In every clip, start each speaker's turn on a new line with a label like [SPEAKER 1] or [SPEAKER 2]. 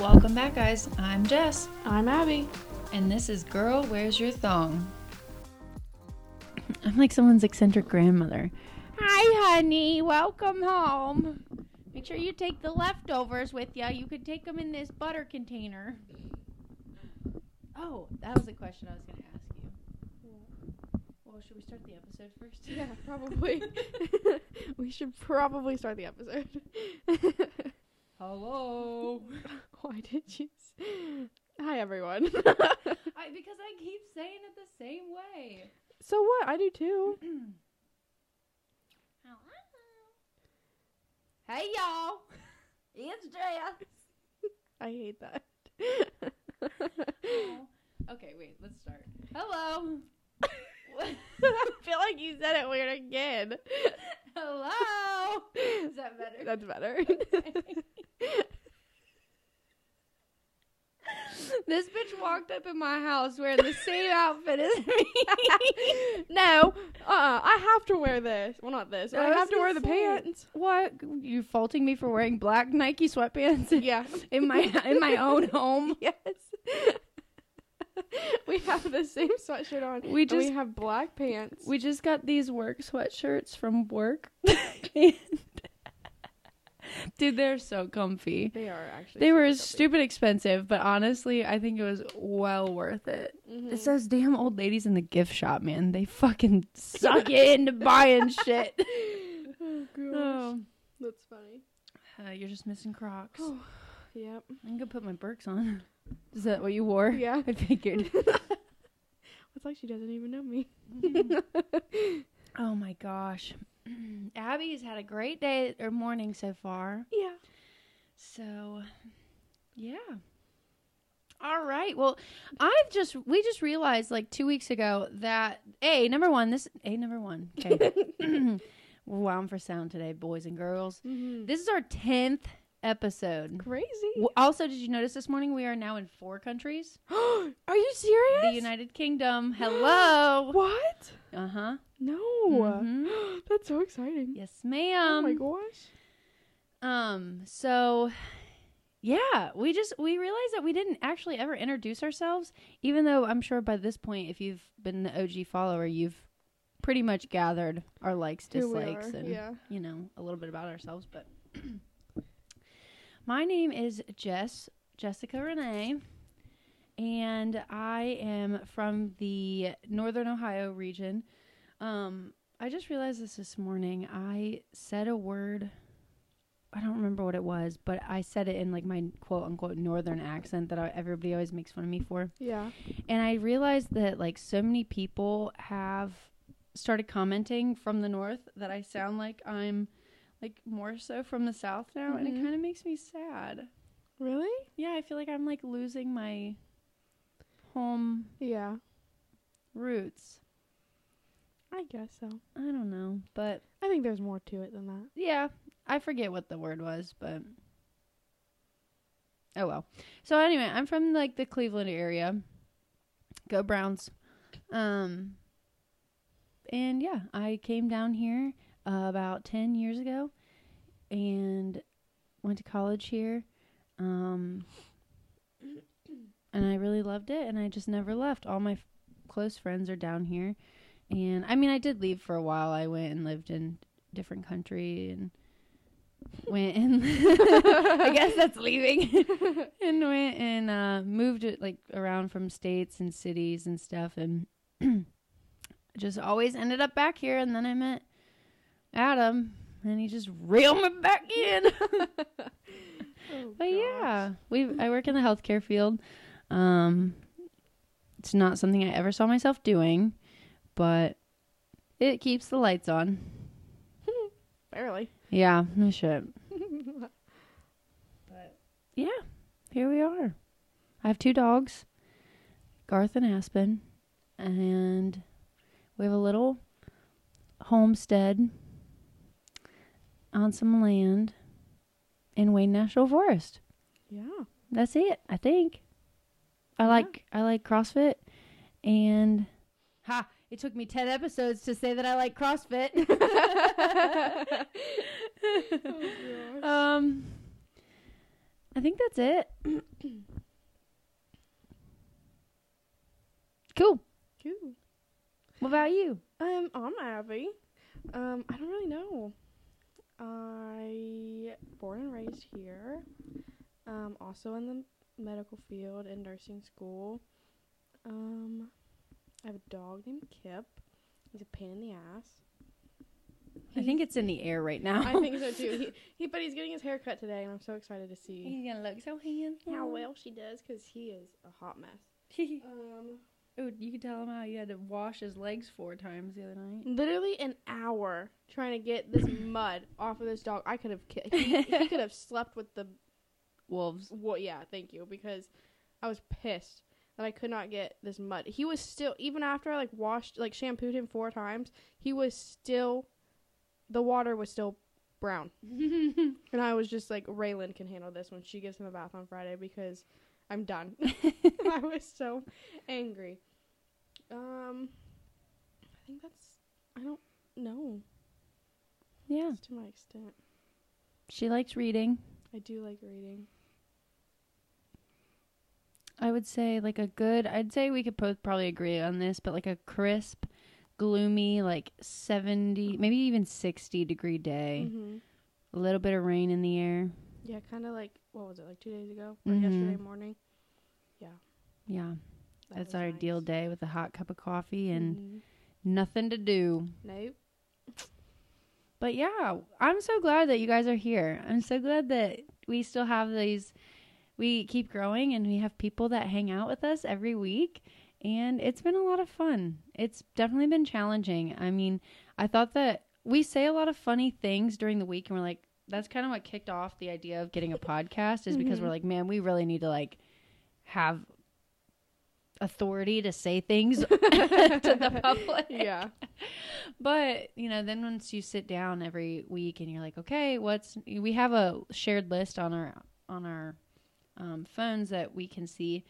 [SPEAKER 1] Welcome back, guys. I'm Jess,
[SPEAKER 2] I'm Abby.
[SPEAKER 1] and this is Girl, Where's Your Thong?
[SPEAKER 2] I'm like someone's eccentric grandmother. Hi, honey. Welcome home. Make sure you take the leftovers with you. You could take them in this butter container. Oh, that was a question I was going to ask you. Well, should we start the episode first?
[SPEAKER 3] Yeah, probably. we should probably start the episode.
[SPEAKER 1] Hello.
[SPEAKER 3] Why did you? S- Hi, everyone.
[SPEAKER 1] I, because I keep saying it the same way.
[SPEAKER 3] so what? I do too.
[SPEAKER 2] Hey, y'all. It's Jess.
[SPEAKER 3] I hate that.
[SPEAKER 1] Oh. Okay, wait, let's start. Hello.
[SPEAKER 3] I feel like you said it weird again.
[SPEAKER 1] Hello. Is that better?
[SPEAKER 3] That's better.
[SPEAKER 2] This bitch walked up in my house wearing the same outfit as me.
[SPEAKER 3] no, uh, I have to wear this. Well, not this.
[SPEAKER 2] I
[SPEAKER 3] I
[SPEAKER 2] was
[SPEAKER 3] have to
[SPEAKER 2] gonna
[SPEAKER 3] wear the
[SPEAKER 2] say.
[SPEAKER 3] pants.
[SPEAKER 2] What? You faulting me for wearing black Nike sweatpants
[SPEAKER 3] Yeah.
[SPEAKER 2] in my in my own home?
[SPEAKER 3] Yes. we have the same sweatshirt on.
[SPEAKER 2] We
[SPEAKER 3] and
[SPEAKER 2] just-
[SPEAKER 3] we have black pants.
[SPEAKER 2] We just got these work sweatshirts from work. and Dude, they're so comfy.
[SPEAKER 3] they are actually.
[SPEAKER 2] They were
[SPEAKER 3] super
[SPEAKER 2] stupid expensive, but honestly, I think it was well worth it.
[SPEAKER 3] comfy.
[SPEAKER 2] It's
[SPEAKER 3] Mhm.
[SPEAKER 2] those damn old ladies in the gift shop, man. They fucking suck you into buying shit.
[SPEAKER 3] Oh, gosh.
[SPEAKER 2] Oh,
[SPEAKER 3] That's funny.
[SPEAKER 2] uh, you're just missing Crocs.
[SPEAKER 3] Oh, yep.
[SPEAKER 2] I'm gonna put my Birks on. Is that what you wore?
[SPEAKER 3] Yeah.
[SPEAKER 2] I figured.
[SPEAKER 3] It's like she doesn't even know me.
[SPEAKER 2] oh my gosh. Abby's had a great day or morning so far.
[SPEAKER 3] Yeah.
[SPEAKER 2] So, yeah. All right. Well, I've just we just realized like 2 weeks ago that a number 1 this a number 1. Okay. We're wound for sound today, boys and girls.
[SPEAKER 3] Mm-hmm.
[SPEAKER 2] This is our 10th episode.
[SPEAKER 3] Crazy.
[SPEAKER 2] W- Also, did you notice this morning we are now in four countries?
[SPEAKER 3] are you serious?
[SPEAKER 2] The United Kingdom. Hello.
[SPEAKER 3] What?
[SPEAKER 2] Uh huh.
[SPEAKER 3] No.
[SPEAKER 2] Mhm.
[SPEAKER 3] That's so exciting.
[SPEAKER 2] Yes,
[SPEAKER 3] oh
[SPEAKER 2] ma'am.
[SPEAKER 3] my gosh.
[SPEAKER 2] Um, so yeah, we just we realized that we didn't actually ever introduce ourselves, even though I'm sure by this point, if you've been the OG follower, you've pretty much gathered our likes,
[SPEAKER 3] Here we
[SPEAKER 2] dislikes,
[SPEAKER 3] are,
[SPEAKER 2] and
[SPEAKER 3] yeah.
[SPEAKER 2] you know, a little bit about ourselves. But my name is Jess, Jessica Renee, and I am from the Northern Ohio region. Um, I just realized this this morning. I said a word. I don't remember what it was, but I said it in like my quote unquote northern accent that I, everybody always makes fun of me for.
[SPEAKER 3] Yeah.
[SPEAKER 2] And I realized that like so many people have started commenting from the north that I sound like I'm like more so from the south now and it
[SPEAKER 3] Mhm.
[SPEAKER 2] kind of makes me sad.
[SPEAKER 3] Really?
[SPEAKER 2] Yeah, I feel like I'm like losing my home
[SPEAKER 3] Yeah.
[SPEAKER 2] roots.
[SPEAKER 3] I guess so.
[SPEAKER 2] I don't know, but
[SPEAKER 3] I think there's more to it than that.
[SPEAKER 2] yeah, I forget what the word was, but oh well. So anyway, I'm from like the Cleveland area. Go Browns. Um and yeah, I came down here uh, about 10 years ago and went to college here. Um and I really loved it and I just never left. All my f- close friends are down here. And I mean, I did leave for a while. I went and lived in different country and went and I guess that's leaving and went and uh, moved it like around from states and cities and stuff and just always ended up back here and then I met Adam and he just reeled me back in.
[SPEAKER 3] Oh,
[SPEAKER 2] But
[SPEAKER 3] gosh.
[SPEAKER 2] yeah, we I work in the healthcare field. Um, it's not something I ever saw myself doing, but it keeps the lights on.
[SPEAKER 3] Barely.
[SPEAKER 2] Yeah, no shit. But yeah, here we are. I have two dogs, Garth and Aspen, and we have a little homestead on some land in Wayne National Forest.
[SPEAKER 3] yeah.
[SPEAKER 2] That's it, I think. I like I like CrossFit and ha, it took me 10 episodes to say that I like CrossFit.
[SPEAKER 3] Oh, gosh.
[SPEAKER 2] Um, I think that's it. Cool.
[SPEAKER 3] Cool.
[SPEAKER 2] What about you?
[SPEAKER 3] Um, I'm Abby. Um, I don't really know. I born and raised here. Um, also in the medical field in nursing school. Um, I have a dog named Kip. He's a pain in the ass.
[SPEAKER 2] I think it's in the air right now.
[SPEAKER 3] I think so too. He, he, but he's getting his hair cut today, and I'm so excited to see
[SPEAKER 2] he's gonna look so handsome.
[SPEAKER 3] how well she does because he is a hot mess. Um,
[SPEAKER 2] oh, you could tell him how you had to wash his legs four times the other night.
[SPEAKER 3] literally an hour trying to get this mud off of this dog. I could have ki- he, he could have slept with the
[SPEAKER 2] Wolves.
[SPEAKER 3] well, yeah, thank you because I was pissed that I could not get this mud. He was still even after I like washed like shampooed him four times, he was still the water was still brown. And I was just like Raylan can handle this when she gives him a bath on Friday because I'm done. I was so angry. Um I think that's I don't know.
[SPEAKER 2] yeah,
[SPEAKER 3] That's to my extent.
[SPEAKER 2] she likes reading.
[SPEAKER 3] I do like reading.
[SPEAKER 2] I would say like a good. I'd say we could both probably agree on this, but like a crisp, gloomy, like seventy, maybe even sixty degree day.
[SPEAKER 3] Mhm.
[SPEAKER 2] A little bit of rain in the air.
[SPEAKER 3] Yeah, kind of like what was it like two days ago or
[SPEAKER 2] Mhm.
[SPEAKER 3] yesterday morning?
[SPEAKER 2] Yeah,
[SPEAKER 3] That
[SPEAKER 2] that's
[SPEAKER 3] was
[SPEAKER 2] our ideal
[SPEAKER 3] nice.
[SPEAKER 2] day with a hot cup of coffee and
[SPEAKER 3] Mhm.
[SPEAKER 2] nothing to do.
[SPEAKER 3] nope.
[SPEAKER 2] But yeah, I'm so glad that you guys are here. I'm so glad that we still have these, we keep growing and we have people that hang out with us every week. And it's been a lot of fun. It's definitely been challenging. I mean, I thought that we say a lot of funny things during the week and we're like, that's kind of what kicked off the idea of getting a podcast is because
[SPEAKER 3] Mhm.
[SPEAKER 2] we're like, man, we really need to like have authority to say things to the public.
[SPEAKER 3] Yeah.
[SPEAKER 2] But you know, then once you sit down every week and you're like, okay, what's we have a shared list on our on our um, phones that we can see.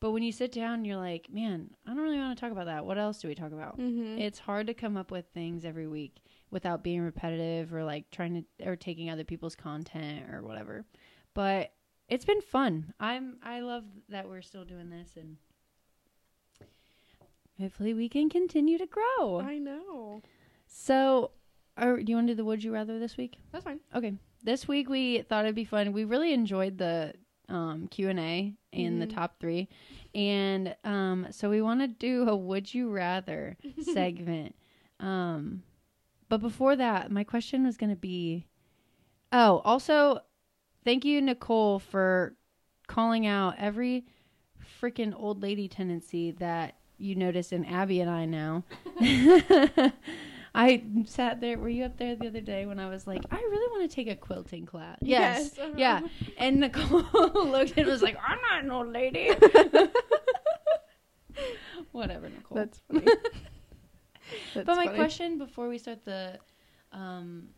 [SPEAKER 2] But when you sit down, you're like, man, I don't really want to talk about that. What else do we talk about?
[SPEAKER 3] Mm-hmm.
[SPEAKER 2] It's hard to come up with things every week without being repetitive or like trying to or taking other people's content or whatever. But it's been fun. I'm I love that we're still doing this and hopefully we can continue to grow.
[SPEAKER 3] I know.
[SPEAKER 2] So, are, do you want to do the would you rather this week?
[SPEAKER 3] That's fine.
[SPEAKER 2] Okay, this week we thought it'd be fun. We really enjoyed the um, Q and A in the
[SPEAKER 3] Mhm.
[SPEAKER 2] top three, and um, so we want to do a would you rather segment. um, but before that, my question was going to be, oh, also, thank you Nicole for calling out every freaking old lady tendency that you notice in Abby and I now. I sat there. Were you up there the other day when I was like, I really want to take a quilting class? Yes.
[SPEAKER 3] uh-huh.
[SPEAKER 2] Yeah. And Nicole looked and was like, I'm not an old lady. Whatever, Nicole.
[SPEAKER 3] That's funny. That's
[SPEAKER 2] but my
[SPEAKER 3] funny.
[SPEAKER 2] question before we start the um,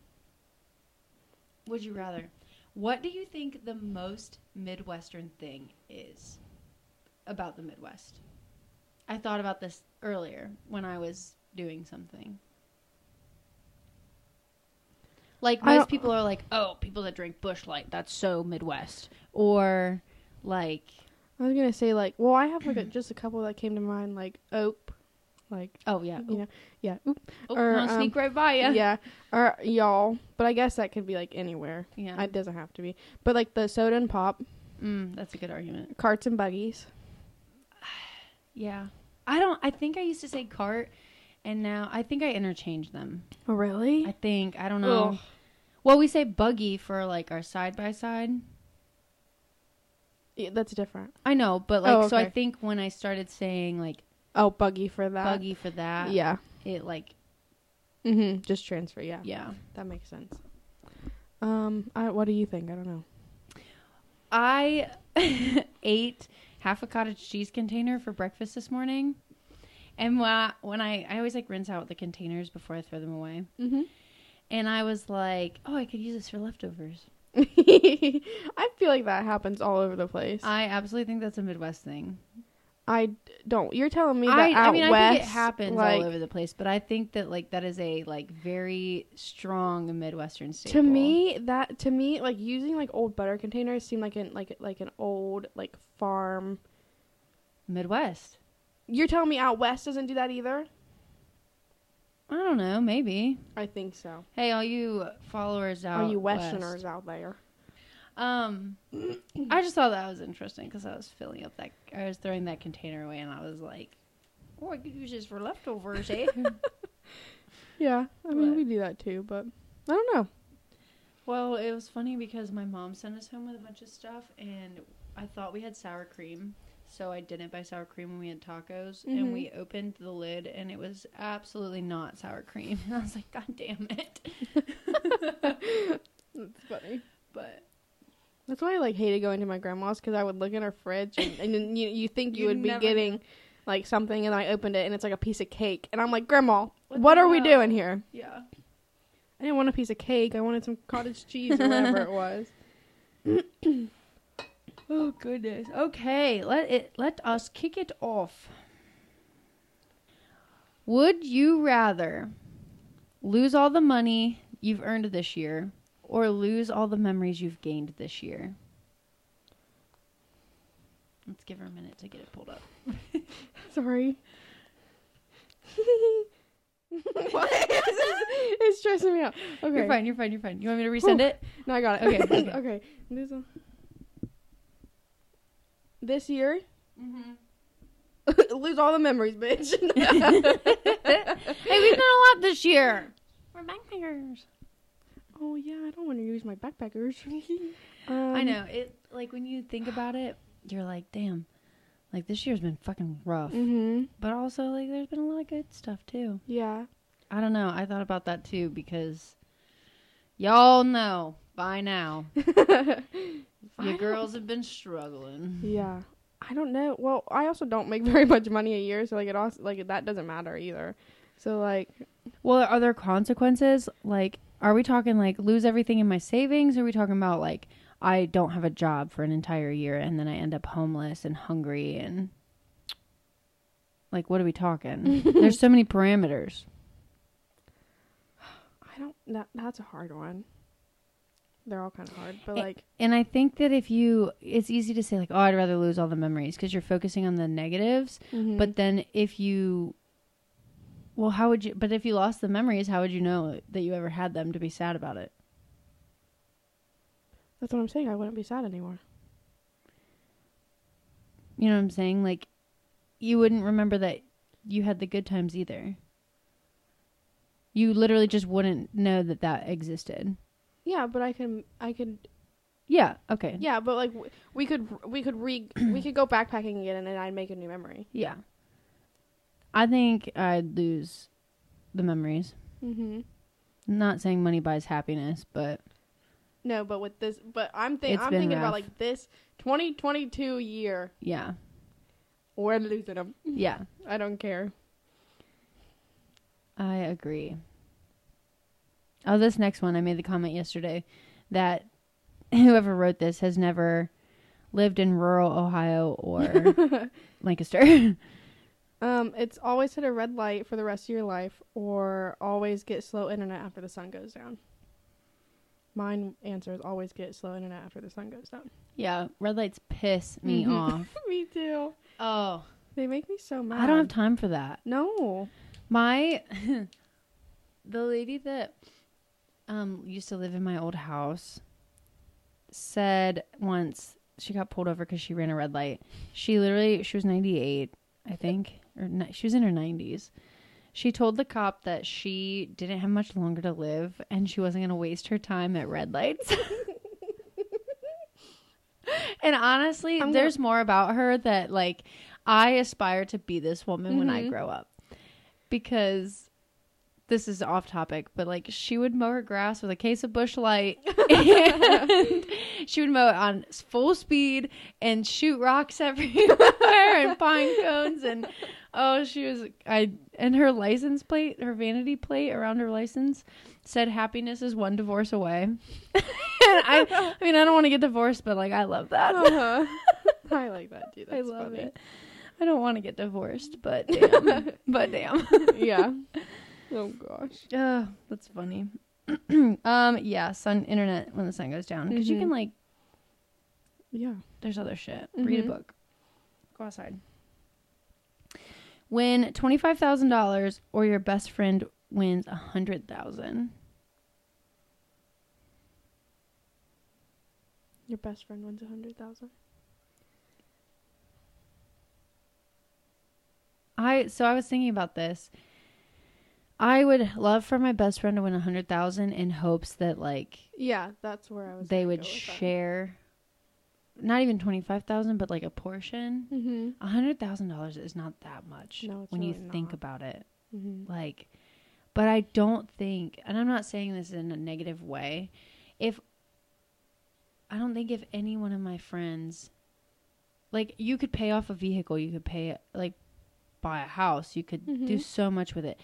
[SPEAKER 2] would you rather, what do you think the most Midwestern thing is about the Midwest? I thought about this earlier when I was doing something. Like
[SPEAKER 3] I
[SPEAKER 2] most
[SPEAKER 3] don't-
[SPEAKER 2] people are like, oh, people that drink Bush Light, that's so Midwest. Or like,
[SPEAKER 3] I was gonna say like, well, I have like a, just a couple that came to mind, like ope, like
[SPEAKER 2] oh yeah,
[SPEAKER 3] you
[SPEAKER 2] oh,
[SPEAKER 3] know, yeah, oop,
[SPEAKER 2] oh,
[SPEAKER 3] or, um,
[SPEAKER 2] no, sneak right by you.
[SPEAKER 3] yeah, or y'all. But I guess that could be like anywhere.
[SPEAKER 2] yeah.
[SPEAKER 3] It doesn't have to be. But like the soda and pop,
[SPEAKER 2] Mm, that's a good argument.
[SPEAKER 3] carts and buggies.
[SPEAKER 2] Yeah. I don't I think I used to say cart and now I think I interchange them.
[SPEAKER 3] Oh, really?
[SPEAKER 2] I think I don't know.
[SPEAKER 3] Ugh.
[SPEAKER 2] Well, we say buggy for like our side by side.
[SPEAKER 3] yeah, that's different.
[SPEAKER 2] I know, but like
[SPEAKER 3] Oh,
[SPEAKER 2] so I
[SPEAKER 3] okay.
[SPEAKER 2] think when I started saying like
[SPEAKER 3] Oh, buggy for that.
[SPEAKER 2] buggy for that,
[SPEAKER 3] Yeah.
[SPEAKER 2] it like
[SPEAKER 3] Mm-hmm. Just transfer. Yeah.
[SPEAKER 2] yeah.
[SPEAKER 3] That makes sense. Um, I, what do you think? I don't know.
[SPEAKER 2] I ate half a cottage cheese container for breakfast this morning. And when I, when I I always like rinse out the containers before I throw them away.
[SPEAKER 3] Mm-hmm.
[SPEAKER 2] And I was like, "Oh, I could use this for leftovers."
[SPEAKER 3] I feel like that happens all over the place.
[SPEAKER 2] I absolutely think that's a Midwest thing.
[SPEAKER 3] I d- don't. You're telling me that
[SPEAKER 2] I,
[SPEAKER 3] out
[SPEAKER 2] I mean,
[SPEAKER 3] west,
[SPEAKER 2] I think it happens
[SPEAKER 3] like,
[SPEAKER 2] all over the place, but I think that like that is a like very strong Midwestern staple.
[SPEAKER 3] To me, that to me, like using like old butter containers seem like an like like an old like farm.
[SPEAKER 2] Midwest.
[SPEAKER 3] You're telling me out west doesn't do that either?
[SPEAKER 2] I don't know. Maybe.
[SPEAKER 3] I think so.
[SPEAKER 2] Hey, all you followers out,
[SPEAKER 3] Are you
[SPEAKER 2] west.
[SPEAKER 3] Westerners out there?
[SPEAKER 2] Um, I just thought that was interesting because I was filling up that, I was throwing that container away, and I was like, "Oh, I could use this for leftovers, eh?"
[SPEAKER 3] Yeah, I mean
[SPEAKER 2] What?
[SPEAKER 3] we do that too, but I don't know.
[SPEAKER 2] well, it was funny because my mom sent us home with a bunch of stuff, and I thought we had sour cream, so I didn't buy sour cream when we had tacos,
[SPEAKER 3] Mhm.
[SPEAKER 2] and we opened the lid, and it was absolutely not sour cream, and I was like, "God damn it!"
[SPEAKER 3] That's funny.
[SPEAKER 2] But
[SPEAKER 3] That's why I like hated going to my grandma's because I would look in her fridge and, and then you you think you
[SPEAKER 2] You
[SPEAKER 3] would be
[SPEAKER 2] never
[SPEAKER 3] getting like something and I opened it and it's like a piece of cake and I'm like Grandma,
[SPEAKER 2] What
[SPEAKER 3] what,
[SPEAKER 2] the
[SPEAKER 3] are we
[SPEAKER 2] hell?"
[SPEAKER 3] doing here?
[SPEAKER 2] yeah,
[SPEAKER 3] I didn't want a piece of cake. I wanted some cottage cheese or whatever it was.
[SPEAKER 2] Oh goodness. Okay, let it let us kick it off. Would you rather lose all the money you've earned this year or lose all the memories you've gained this year? Let's give her a minute to get it pulled up.
[SPEAKER 3] Sorry. what? it's stressing me out. Okay.
[SPEAKER 2] You're fine, you're fine, you're fine. You want me to resend it?
[SPEAKER 3] No, I got it.
[SPEAKER 2] Okay,
[SPEAKER 3] Okay.
[SPEAKER 2] okay.
[SPEAKER 3] okay. This one. This year,
[SPEAKER 2] Mm-hmm.
[SPEAKER 3] lose all the memories, bitch.
[SPEAKER 2] Hey, we've done a lot this year. We're backpackers.
[SPEAKER 3] oh yeah, I don't want to use my backpackers.
[SPEAKER 2] I
[SPEAKER 3] Um,
[SPEAKER 2] know. It like when you think about it, you're like, damn. Like this year's been fucking rough.
[SPEAKER 3] Mhm.
[SPEAKER 2] But also, like, there's been a lot of good stuff too.
[SPEAKER 3] Yeah.
[SPEAKER 2] I don't know. I thought about that too because y'all know by now
[SPEAKER 3] I
[SPEAKER 2] your
[SPEAKER 3] don't-
[SPEAKER 2] girls have been struggling.
[SPEAKER 3] Yeah. I don't know. Well, I also don't make very much money a year, so like it also like that doesn't matter either. So like,
[SPEAKER 2] Well, are there consequences? Like, are we talking like lose everything in my savings? Are we talking about like I don't have a job for an entire year and then I end up homeless and hungry and like what are we talking? there's so many parameters.
[SPEAKER 3] I don't. That that's a hard one. They're all kind of hard, but
[SPEAKER 2] Eh,
[SPEAKER 3] like,
[SPEAKER 2] And I think that if you, it's easy to say like, oh, I'd rather lose all the memories because you're focusing on the negatives.
[SPEAKER 3] Mm-hmm.
[SPEAKER 2] But then if you, well, how would you? But if you lost the memories, how would you know that you ever had them to be sad about it?
[SPEAKER 3] that's what I'm saying. I wouldn't be sad anymore.
[SPEAKER 2] You know what I'm saying? Like, you wouldn't remember that you had the good times either. You literally just wouldn't know that that existed.
[SPEAKER 3] Yeah, but I can. I could.
[SPEAKER 2] Yeah. Okay.
[SPEAKER 3] Yeah, but like w- we could. We could re. we could go backpacking again, and then I'd make a new memory.
[SPEAKER 2] Yeah. I think I'd lose the memories.
[SPEAKER 3] Mm-hmm.
[SPEAKER 2] Not saying money buys happiness, but
[SPEAKER 3] No, but with this, but I'm thinking.
[SPEAKER 2] It's
[SPEAKER 3] I'm
[SPEAKER 2] been
[SPEAKER 3] thinking
[SPEAKER 2] rough.
[SPEAKER 3] about like this 2022 year.
[SPEAKER 2] yeah.
[SPEAKER 3] We're losing them.
[SPEAKER 2] Yeah,
[SPEAKER 3] I don't care.
[SPEAKER 2] I agree. Oh, this next one, I made the comment yesterday that whoever wrote this has never lived in rural Ohio or Lancaster.
[SPEAKER 3] Um, it's always hit a red light for the rest of your life, or always get slow internet after the sun goes down. Mine answer is always get slow internet after the sun goes down.
[SPEAKER 2] yeah, red lights piss me
[SPEAKER 3] Mhm.
[SPEAKER 2] off.
[SPEAKER 3] me too.
[SPEAKER 2] Mm-hmm. Oh,
[SPEAKER 3] They make me so mad.
[SPEAKER 2] I don't have time for that.
[SPEAKER 3] no.
[SPEAKER 2] My the lady that um used to live in my old house said once she got pulled over because she ran a red light. She literally she was 98, I think, or ni- she was in her 90s. She told the cop that she didn't have much longer to live and she wasn't going to waste her time at red lights. and honestly,
[SPEAKER 3] I'm gonna-
[SPEAKER 2] there's more about her that like I aspire to be this woman when I
[SPEAKER 3] Mhm.
[SPEAKER 2] grow up because this is off topic, but like she would mow her grass with a case of bush light and she would mow it on s- full speed and shoot rocks everywhere and pine cones and oh she was I and her license plate, her vanity plate around her license said happiness is one divorce away. and I I mean I don't want to get divorced, but like I love that.
[SPEAKER 3] Uh-huh. I like that too. That's
[SPEAKER 2] I love
[SPEAKER 3] funny.
[SPEAKER 2] it. I don't want to get divorced, but damn. but damn.
[SPEAKER 3] yeah. Oh gosh.
[SPEAKER 2] Oh, that's funny. um, yeah, sun internet when the sun goes down because you
[SPEAKER 3] Mhm.
[SPEAKER 2] can like.
[SPEAKER 3] Yeah.
[SPEAKER 2] There's other shit. Read a
[SPEAKER 3] Mhm.
[SPEAKER 2] book. Go outside. Win twenty five thousand dollars, or your best friend wins a hundred thousand.
[SPEAKER 3] Your best friend wins a hundred thousand.
[SPEAKER 2] I so I was thinking about this. I would love for my best friend to win a hundred thousand in hopes that like
[SPEAKER 3] Yeah, that's where I was. "Oh,
[SPEAKER 2] they would share, not even twenty five thousand, but like a portion.
[SPEAKER 3] Mm-hmm.
[SPEAKER 2] A hundred thousand dollars is not that much
[SPEAKER 3] No, it's
[SPEAKER 2] when you
[SPEAKER 3] really
[SPEAKER 2] think
[SPEAKER 3] not.
[SPEAKER 2] about it.
[SPEAKER 3] Mm-hmm.
[SPEAKER 2] Like, but I don't think, and I'm not saying this in a negative way. If I don't think if any one of my friends, like, you could pay off a vehicle, you could pay, like, buy a house, you could do
[SPEAKER 3] Mhm.
[SPEAKER 2] so much with it.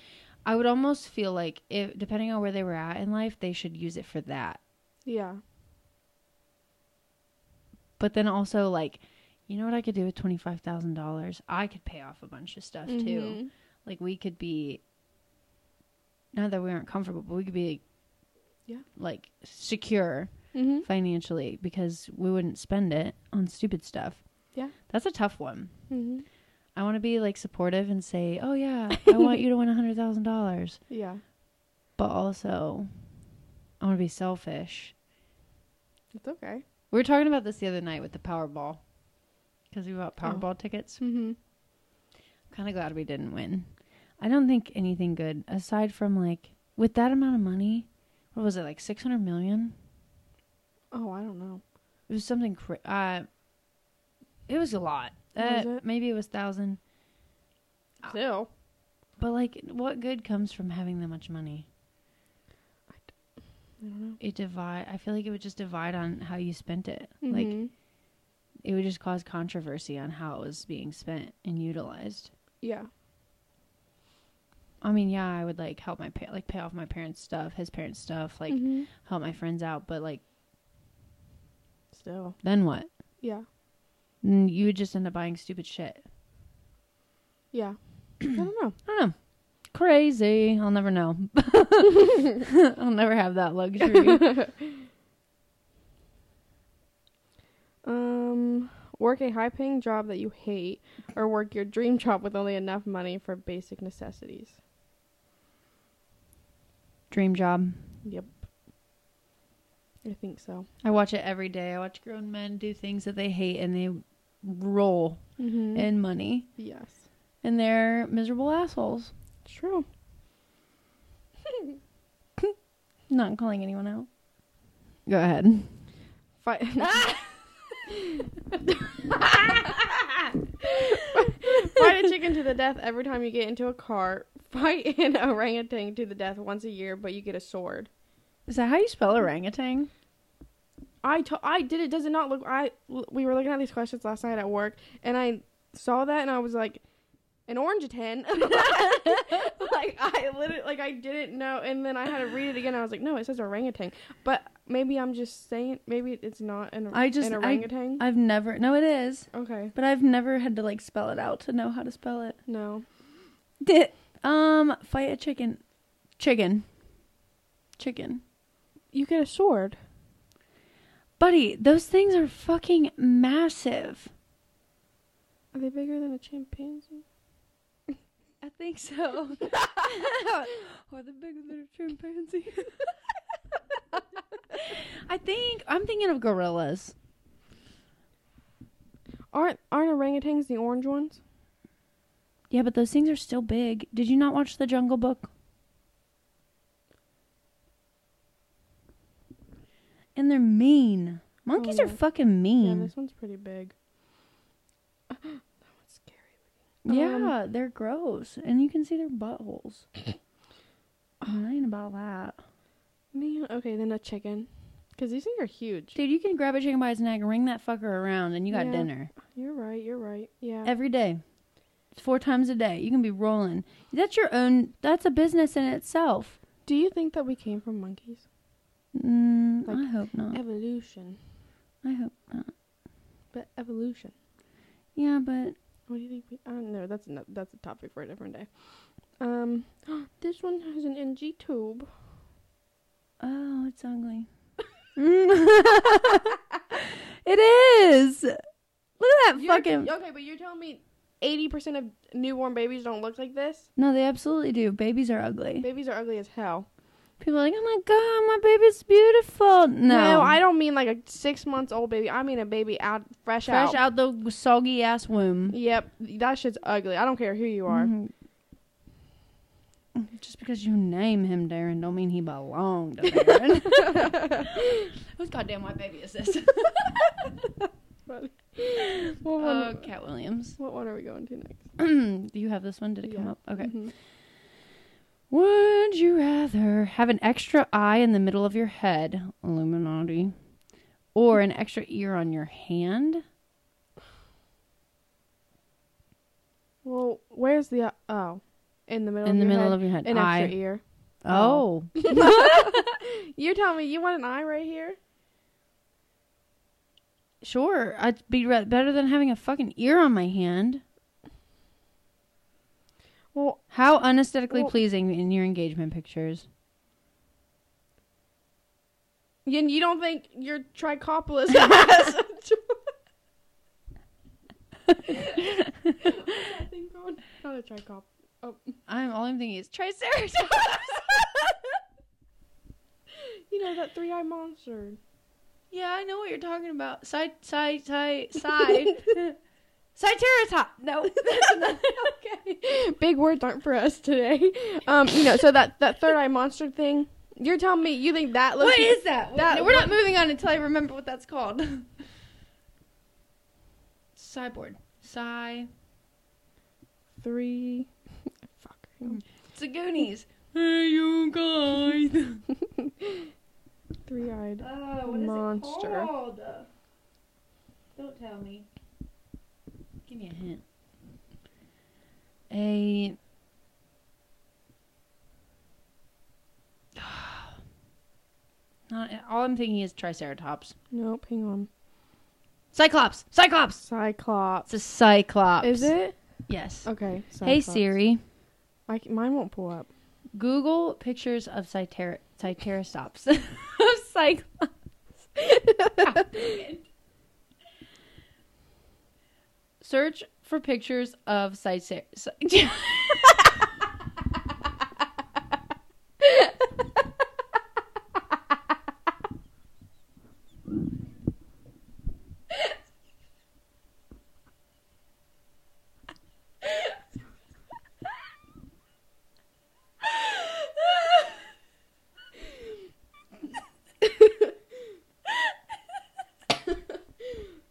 [SPEAKER 2] I would almost feel like, if depending on where they were at in life, they should use it for that.
[SPEAKER 3] Yeah.
[SPEAKER 2] But then also, like, you know what I could do with twenty five thousand dollars? I could pay off a bunch of stuff too.
[SPEAKER 3] Mhm.
[SPEAKER 2] Like we could be not that we aren't comfortable, but we could be
[SPEAKER 3] Yeah.
[SPEAKER 2] like secure
[SPEAKER 3] Mhm.
[SPEAKER 2] financially because we wouldn't spend it on stupid stuff.
[SPEAKER 3] Yeah.
[SPEAKER 2] That's a tough one.
[SPEAKER 3] Mhm.
[SPEAKER 2] I want to be like supportive and say, "Oh yeah, I want you to win a $100,000."
[SPEAKER 3] Yeah.
[SPEAKER 2] But also I want to be selfish.
[SPEAKER 3] It's okay.
[SPEAKER 2] We were talking about this the other night with the Powerball because we
[SPEAKER 3] Oh.
[SPEAKER 2] bought Powerball tickets.
[SPEAKER 3] Mhm.
[SPEAKER 2] Kind of glad we didn't win. I don't think anything good aside from like with that amount of money. What was it like six hundred million?
[SPEAKER 3] Oh, I don't know.
[SPEAKER 2] It was something. Cra- uh, it was a lot.
[SPEAKER 3] Was
[SPEAKER 2] Uh,
[SPEAKER 3] it?
[SPEAKER 2] Maybe it was thousand. Ah.
[SPEAKER 3] Still.
[SPEAKER 2] But like, what good comes from having that much money?
[SPEAKER 3] I don't know.
[SPEAKER 2] It divide. I feel like it would just divide on how you spent it. Like
[SPEAKER 3] Mhm.
[SPEAKER 2] it would just cause controversy on how it was being spent and utilized.
[SPEAKER 3] yeah.
[SPEAKER 2] I mean, yeah, I would like help my pa- like pay off my parents' stuff, his parents' stuff, like
[SPEAKER 3] Mhm.
[SPEAKER 2] help my friends out. But like,
[SPEAKER 3] Still.
[SPEAKER 2] then what?
[SPEAKER 3] Yeah.
[SPEAKER 2] Then you would just end up buying stupid shit.
[SPEAKER 3] Yeah. I don't know.
[SPEAKER 2] I don't know. Crazy. I'll never know. I'll never have that luxury.
[SPEAKER 3] Um, work a high paying job that you hate, or work your dream job with only enough money for basic necessities.
[SPEAKER 2] Dream job.
[SPEAKER 3] Yep. I think so.
[SPEAKER 2] I watch it every day. I watch grown men do things that they hate and they roll
[SPEAKER 3] Mm-hmm.
[SPEAKER 2] in money
[SPEAKER 3] yes.
[SPEAKER 2] and they're miserable assholes.
[SPEAKER 3] True.
[SPEAKER 2] Not calling anyone out. Go ahead.
[SPEAKER 3] Fi- Fight a chicken to the death every time you get into a car. Fight an orangutan to the death once a year, but you get a sword.
[SPEAKER 2] Is that how you spell orangutan?
[SPEAKER 3] I to- I did it. Does it not look? I we were looking at these questions last night at work, and I saw that, and I was like, an orange ten. like I literally like I didn't know, and then I had to read it again. I was like, no, it says orangutan, but maybe I'm just saying maybe it's not an
[SPEAKER 2] I just-
[SPEAKER 3] an
[SPEAKER 2] I-
[SPEAKER 3] orangutan.
[SPEAKER 2] I've never. No, it is.
[SPEAKER 3] okay,
[SPEAKER 2] But I've never had to like spell it out to know how to spell it.
[SPEAKER 3] no,
[SPEAKER 2] um, fight a chicken. Chicken. Chicken.
[SPEAKER 3] you get a sword.
[SPEAKER 2] Buddy, those things are fucking massive.
[SPEAKER 3] Are they bigger than a chimpanzee?
[SPEAKER 2] I think so. or the bigger than a chimpanzee. I think I'm thinking of gorillas.
[SPEAKER 3] Aren't aren't orangutans the orange ones?
[SPEAKER 2] Yeah, but those things are still big. Did you not watch The Jungle Book? And they're mean. Monkeys
[SPEAKER 3] Oh,
[SPEAKER 2] are
[SPEAKER 3] yeah.
[SPEAKER 2] fucking
[SPEAKER 3] Yeah,
[SPEAKER 2] mean.
[SPEAKER 3] this one's pretty big. that one's scary.
[SPEAKER 2] Yeah,
[SPEAKER 3] this-
[SPEAKER 2] they're gross, and you can see their buttholes. I'm lying about that,
[SPEAKER 3] Man, okay, then a chicken. Because these things are huge.
[SPEAKER 2] dude. You can grab a chicken by its neck, ring that fucker around, and you got
[SPEAKER 3] Yeah.
[SPEAKER 2] dinner.
[SPEAKER 3] You're right, you're right. Yeah.
[SPEAKER 2] every day four times a day you can be rolling that's your own that's a business in itself
[SPEAKER 3] Do you think that we came from monkeys?
[SPEAKER 2] mm, i
[SPEAKER 3] Like,
[SPEAKER 2] hope not
[SPEAKER 3] Evolution.
[SPEAKER 2] i hope not
[SPEAKER 3] But evolution.
[SPEAKER 2] yeah but
[SPEAKER 3] What do you think? We, uh, no, that's no, that's a topic for a different day. Um, this one has an NG tube.
[SPEAKER 2] Oh, it's ugly. it is. Look at that
[SPEAKER 3] You're-
[SPEAKER 2] fucking.
[SPEAKER 3] okay, but you're telling me eighty percent of newborn babies don't look like this.
[SPEAKER 2] No, they absolutely do. Babies are ugly.
[SPEAKER 3] Babies are ugly as hell.
[SPEAKER 2] People are like, oh my god, my baby's beautiful. No,
[SPEAKER 3] I don't mean like a six months old baby. I mean a baby out fresh,
[SPEAKER 2] fresh
[SPEAKER 3] out.
[SPEAKER 2] out the soggy ass womb.
[SPEAKER 3] Yep, that shit's ugly. I don't care who you are.
[SPEAKER 2] Mhm. Mm-hmm. Just because you name him Darren, don't mean he belonged to Darren. Whose goddamn white baby is this?
[SPEAKER 3] Um, What one,
[SPEAKER 2] Uh, Cat Williams.
[SPEAKER 3] what one are we going to next?
[SPEAKER 2] Do you have this one? Did it come
[SPEAKER 3] Yeah.
[SPEAKER 2] up? Okay.
[SPEAKER 3] Mhm.
[SPEAKER 2] Would you rather have an extra eye in the middle of your head, Illuminati, or an extra ear on your hand?
[SPEAKER 3] Well, where's the oh, in the middle
[SPEAKER 2] in
[SPEAKER 3] of
[SPEAKER 2] the
[SPEAKER 3] your
[SPEAKER 2] middle
[SPEAKER 3] head?
[SPEAKER 2] of your head.
[SPEAKER 3] an
[SPEAKER 2] eye.
[SPEAKER 3] extra ear.
[SPEAKER 2] Oh.
[SPEAKER 3] You're telling me you want an eye right here?
[SPEAKER 2] Sure. I'd be re- better than having a fucking ear on my hand.
[SPEAKER 3] Well,
[SPEAKER 2] How unesthetically
[SPEAKER 3] Well-
[SPEAKER 2] pleasing in your engagement pictures.
[SPEAKER 3] and you don't think your tricopolis has a tw- What's that thing called? Not a tricop.
[SPEAKER 2] I'm all I'm thinking is triceratops.
[SPEAKER 3] You know that three-eyed monster.
[SPEAKER 2] yeah, I know what you're talking about. Side side side side. Cyteratop. No, that's not okay.
[SPEAKER 3] Big words aren't for us today. Um, you know, so that that third-eye monster thing. You're telling me you think that looks
[SPEAKER 2] What is that?
[SPEAKER 3] that-
[SPEAKER 2] No, we're not moving on until I remember what that's called. Cyborg. Cy.
[SPEAKER 3] three? Fuck. hang on.
[SPEAKER 2] It's the Goonies. Hey, you guys.
[SPEAKER 3] Three-eyed.
[SPEAKER 2] Oh,
[SPEAKER 3] what is it Monster.
[SPEAKER 2] Don't tell me. Give me a hint. A. Not, all I'm thinking is Triceratops.
[SPEAKER 3] Nope. Hang on.
[SPEAKER 2] Cyclops! Cyclops!
[SPEAKER 3] Cyclops.
[SPEAKER 2] It's a Cyclops.
[SPEAKER 3] Is it?
[SPEAKER 2] Yes.
[SPEAKER 3] Okay.
[SPEAKER 2] Hey
[SPEAKER 3] Cyclops.
[SPEAKER 2] Siri,
[SPEAKER 3] I c- mine won't pull up.
[SPEAKER 2] Google pictures of Cyter- Cyteratops. of Cyclops. Search for pictures of Cycer- Cy-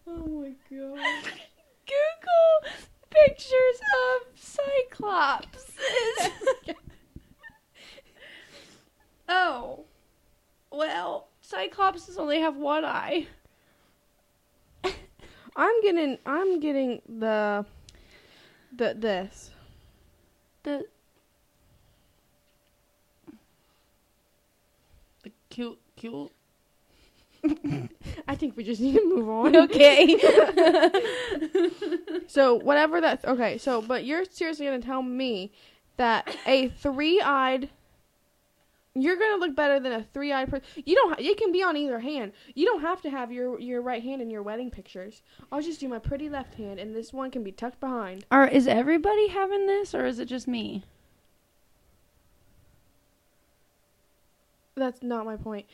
[SPEAKER 3] Oh my god.
[SPEAKER 2] Google pictures of Cyclops. oh. Well, Cyclopses only have one eye.
[SPEAKER 3] I'm getting. I'm getting the. The this.
[SPEAKER 2] The The cute cute
[SPEAKER 3] I think we just need to move on.
[SPEAKER 2] Okay.
[SPEAKER 3] So whatever that. Okay. So, but you're seriously gonna tell me that a three-eyed. You're gonna look better than a three-eyed person. You don't. Ha- it can be on either hand. You don't have to have your your right hand in your wedding pictures. I'll just do my pretty left hand, and this one can be tucked behind.
[SPEAKER 2] Are is everybody having this or is it just me?
[SPEAKER 3] That's not my point.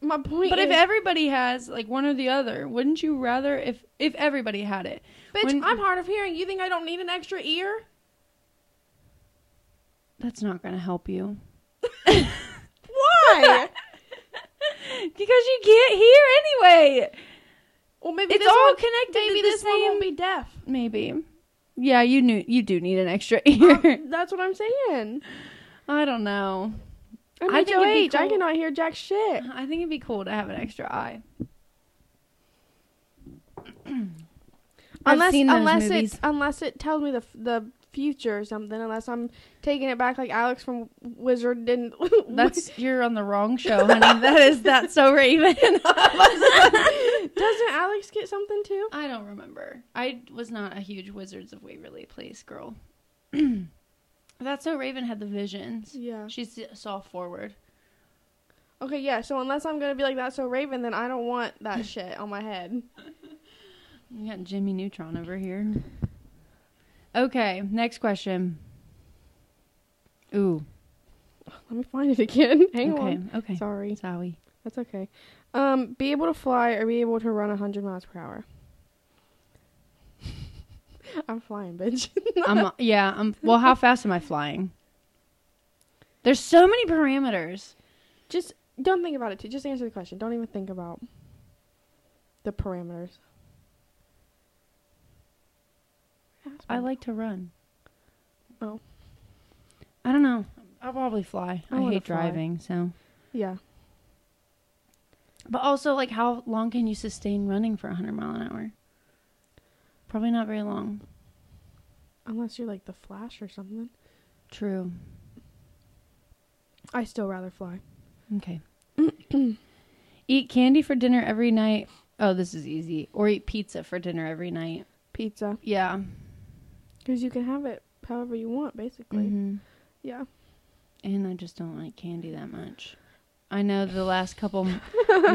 [SPEAKER 3] My point.
[SPEAKER 2] But
[SPEAKER 3] is,
[SPEAKER 2] if everybody has like one or the other, wouldn't you rather if if everybody had it?
[SPEAKER 3] bitch,
[SPEAKER 2] when-
[SPEAKER 3] I'm hard of hearing. You think I don't need an extra ear?
[SPEAKER 2] That's not going to help you.
[SPEAKER 3] Why?
[SPEAKER 2] Because you can't hear anyway.
[SPEAKER 3] well, maybe
[SPEAKER 2] it's
[SPEAKER 3] this
[SPEAKER 2] all
[SPEAKER 3] one,
[SPEAKER 2] connected.
[SPEAKER 3] maybe
[SPEAKER 2] to the
[SPEAKER 3] this
[SPEAKER 2] same...
[SPEAKER 3] one won't be deaf.
[SPEAKER 2] Maybe. Yeah, you knew you do need an extra ear.
[SPEAKER 3] Um, that's what I'm saying.
[SPEAKER 2] I don't know.
[SPEAKER 3] I'm
[SPEAKER 2] I
[SPEAKER 3] I
[SPEAKER 2] think it'd be
[SPEAKER 3] HOH. I
[SPEAKER 2] cool.
[SPEAKER 3] cannot hear jack shit.
[SPEAKER 2] I think it'd be cool to have an extra eye. I've
[SPEAKER 3] unless
[SPEAKER 2] seen those
[SPEAKER 3] unless
[SPEAKER 2] movies.
[SPEAKER 3] it unless it tells me the f- the future or something, unless I'm taking it back like Alex from Wizard didn't.
[SPEAKER 2] That's you're on the wrong show, honey. that is that's so Raven.
[SPEAKER 3] Doesn't Alex get something too?
[SPEAKER 2] I don't remember. I was not a huge Wizards of Waverly Place girl. that's so Raven had the visions.
[SPEAKER 3] Yeah.
[SPEAKER 2] She s- saw forward.
[SPEAKER 3] Okay, yeah. So unless I'm gonna be like that, so Raven, then I don't want that shit on my head.
[SPEAKER 2] We got Jimmy Neutron over here. Okay, next question. Ooh.
[SPEAKER 3] Let me find it again. Hang
[SPEAKER 2] okay.
[SPEAKER 3] on.
[SPEAKER 2] Okay.
[SPEAKER 3] Sorry,
[SPEAKER 2] Sorry.
[SPEAKER 3] that's okay. Um, be able to fly or be able to run 100 miles per hour. I'm flying, bitch.
[SPEAKER 2] I'm yeah, I'm well how fast am I flying? There's so many parameters.
[SPEAKER 3] Just don't think about it too. Just answer the question. Don't even think about the parameters.
[SPEAKER 2] I like to run.
[SPEAKER 3] Oh.
[SPEAKER 2] I don't know. I'll probably fly.
[SPEAKER 3] I
[SPEAKER 2] I,
[SPEAKER 3] wanna
[SPEAKER 2] hate
[SPEAKER 3] fly.
[SPEAKER 2] driving, so
[SPEAKER 3] Yeah.
[SPEAKER 2] but also like how long can you sustain running for 100 mile an hour? Probably not very long.
[SPEAKER 3] Unless you're like the Flash or something.
[SPEAKER 2] True.
[SPEAKER 3] I still rather fly.
[SPEAKER 2] Okay. eat candy for dinner every night. Oh, this is easy. Or eat pizza for dinner every night.
[SPEAKER 3] Pizza.
[SPEAKER 2] Yeah.
[SPEAKER 3] Because you can have it however you want, basically.
[SPEAKER 2] Mhm.
[SPEAKER 3] Yeah.
[SPEAKER 2] And I just don't like candy that much. I know the last couple m-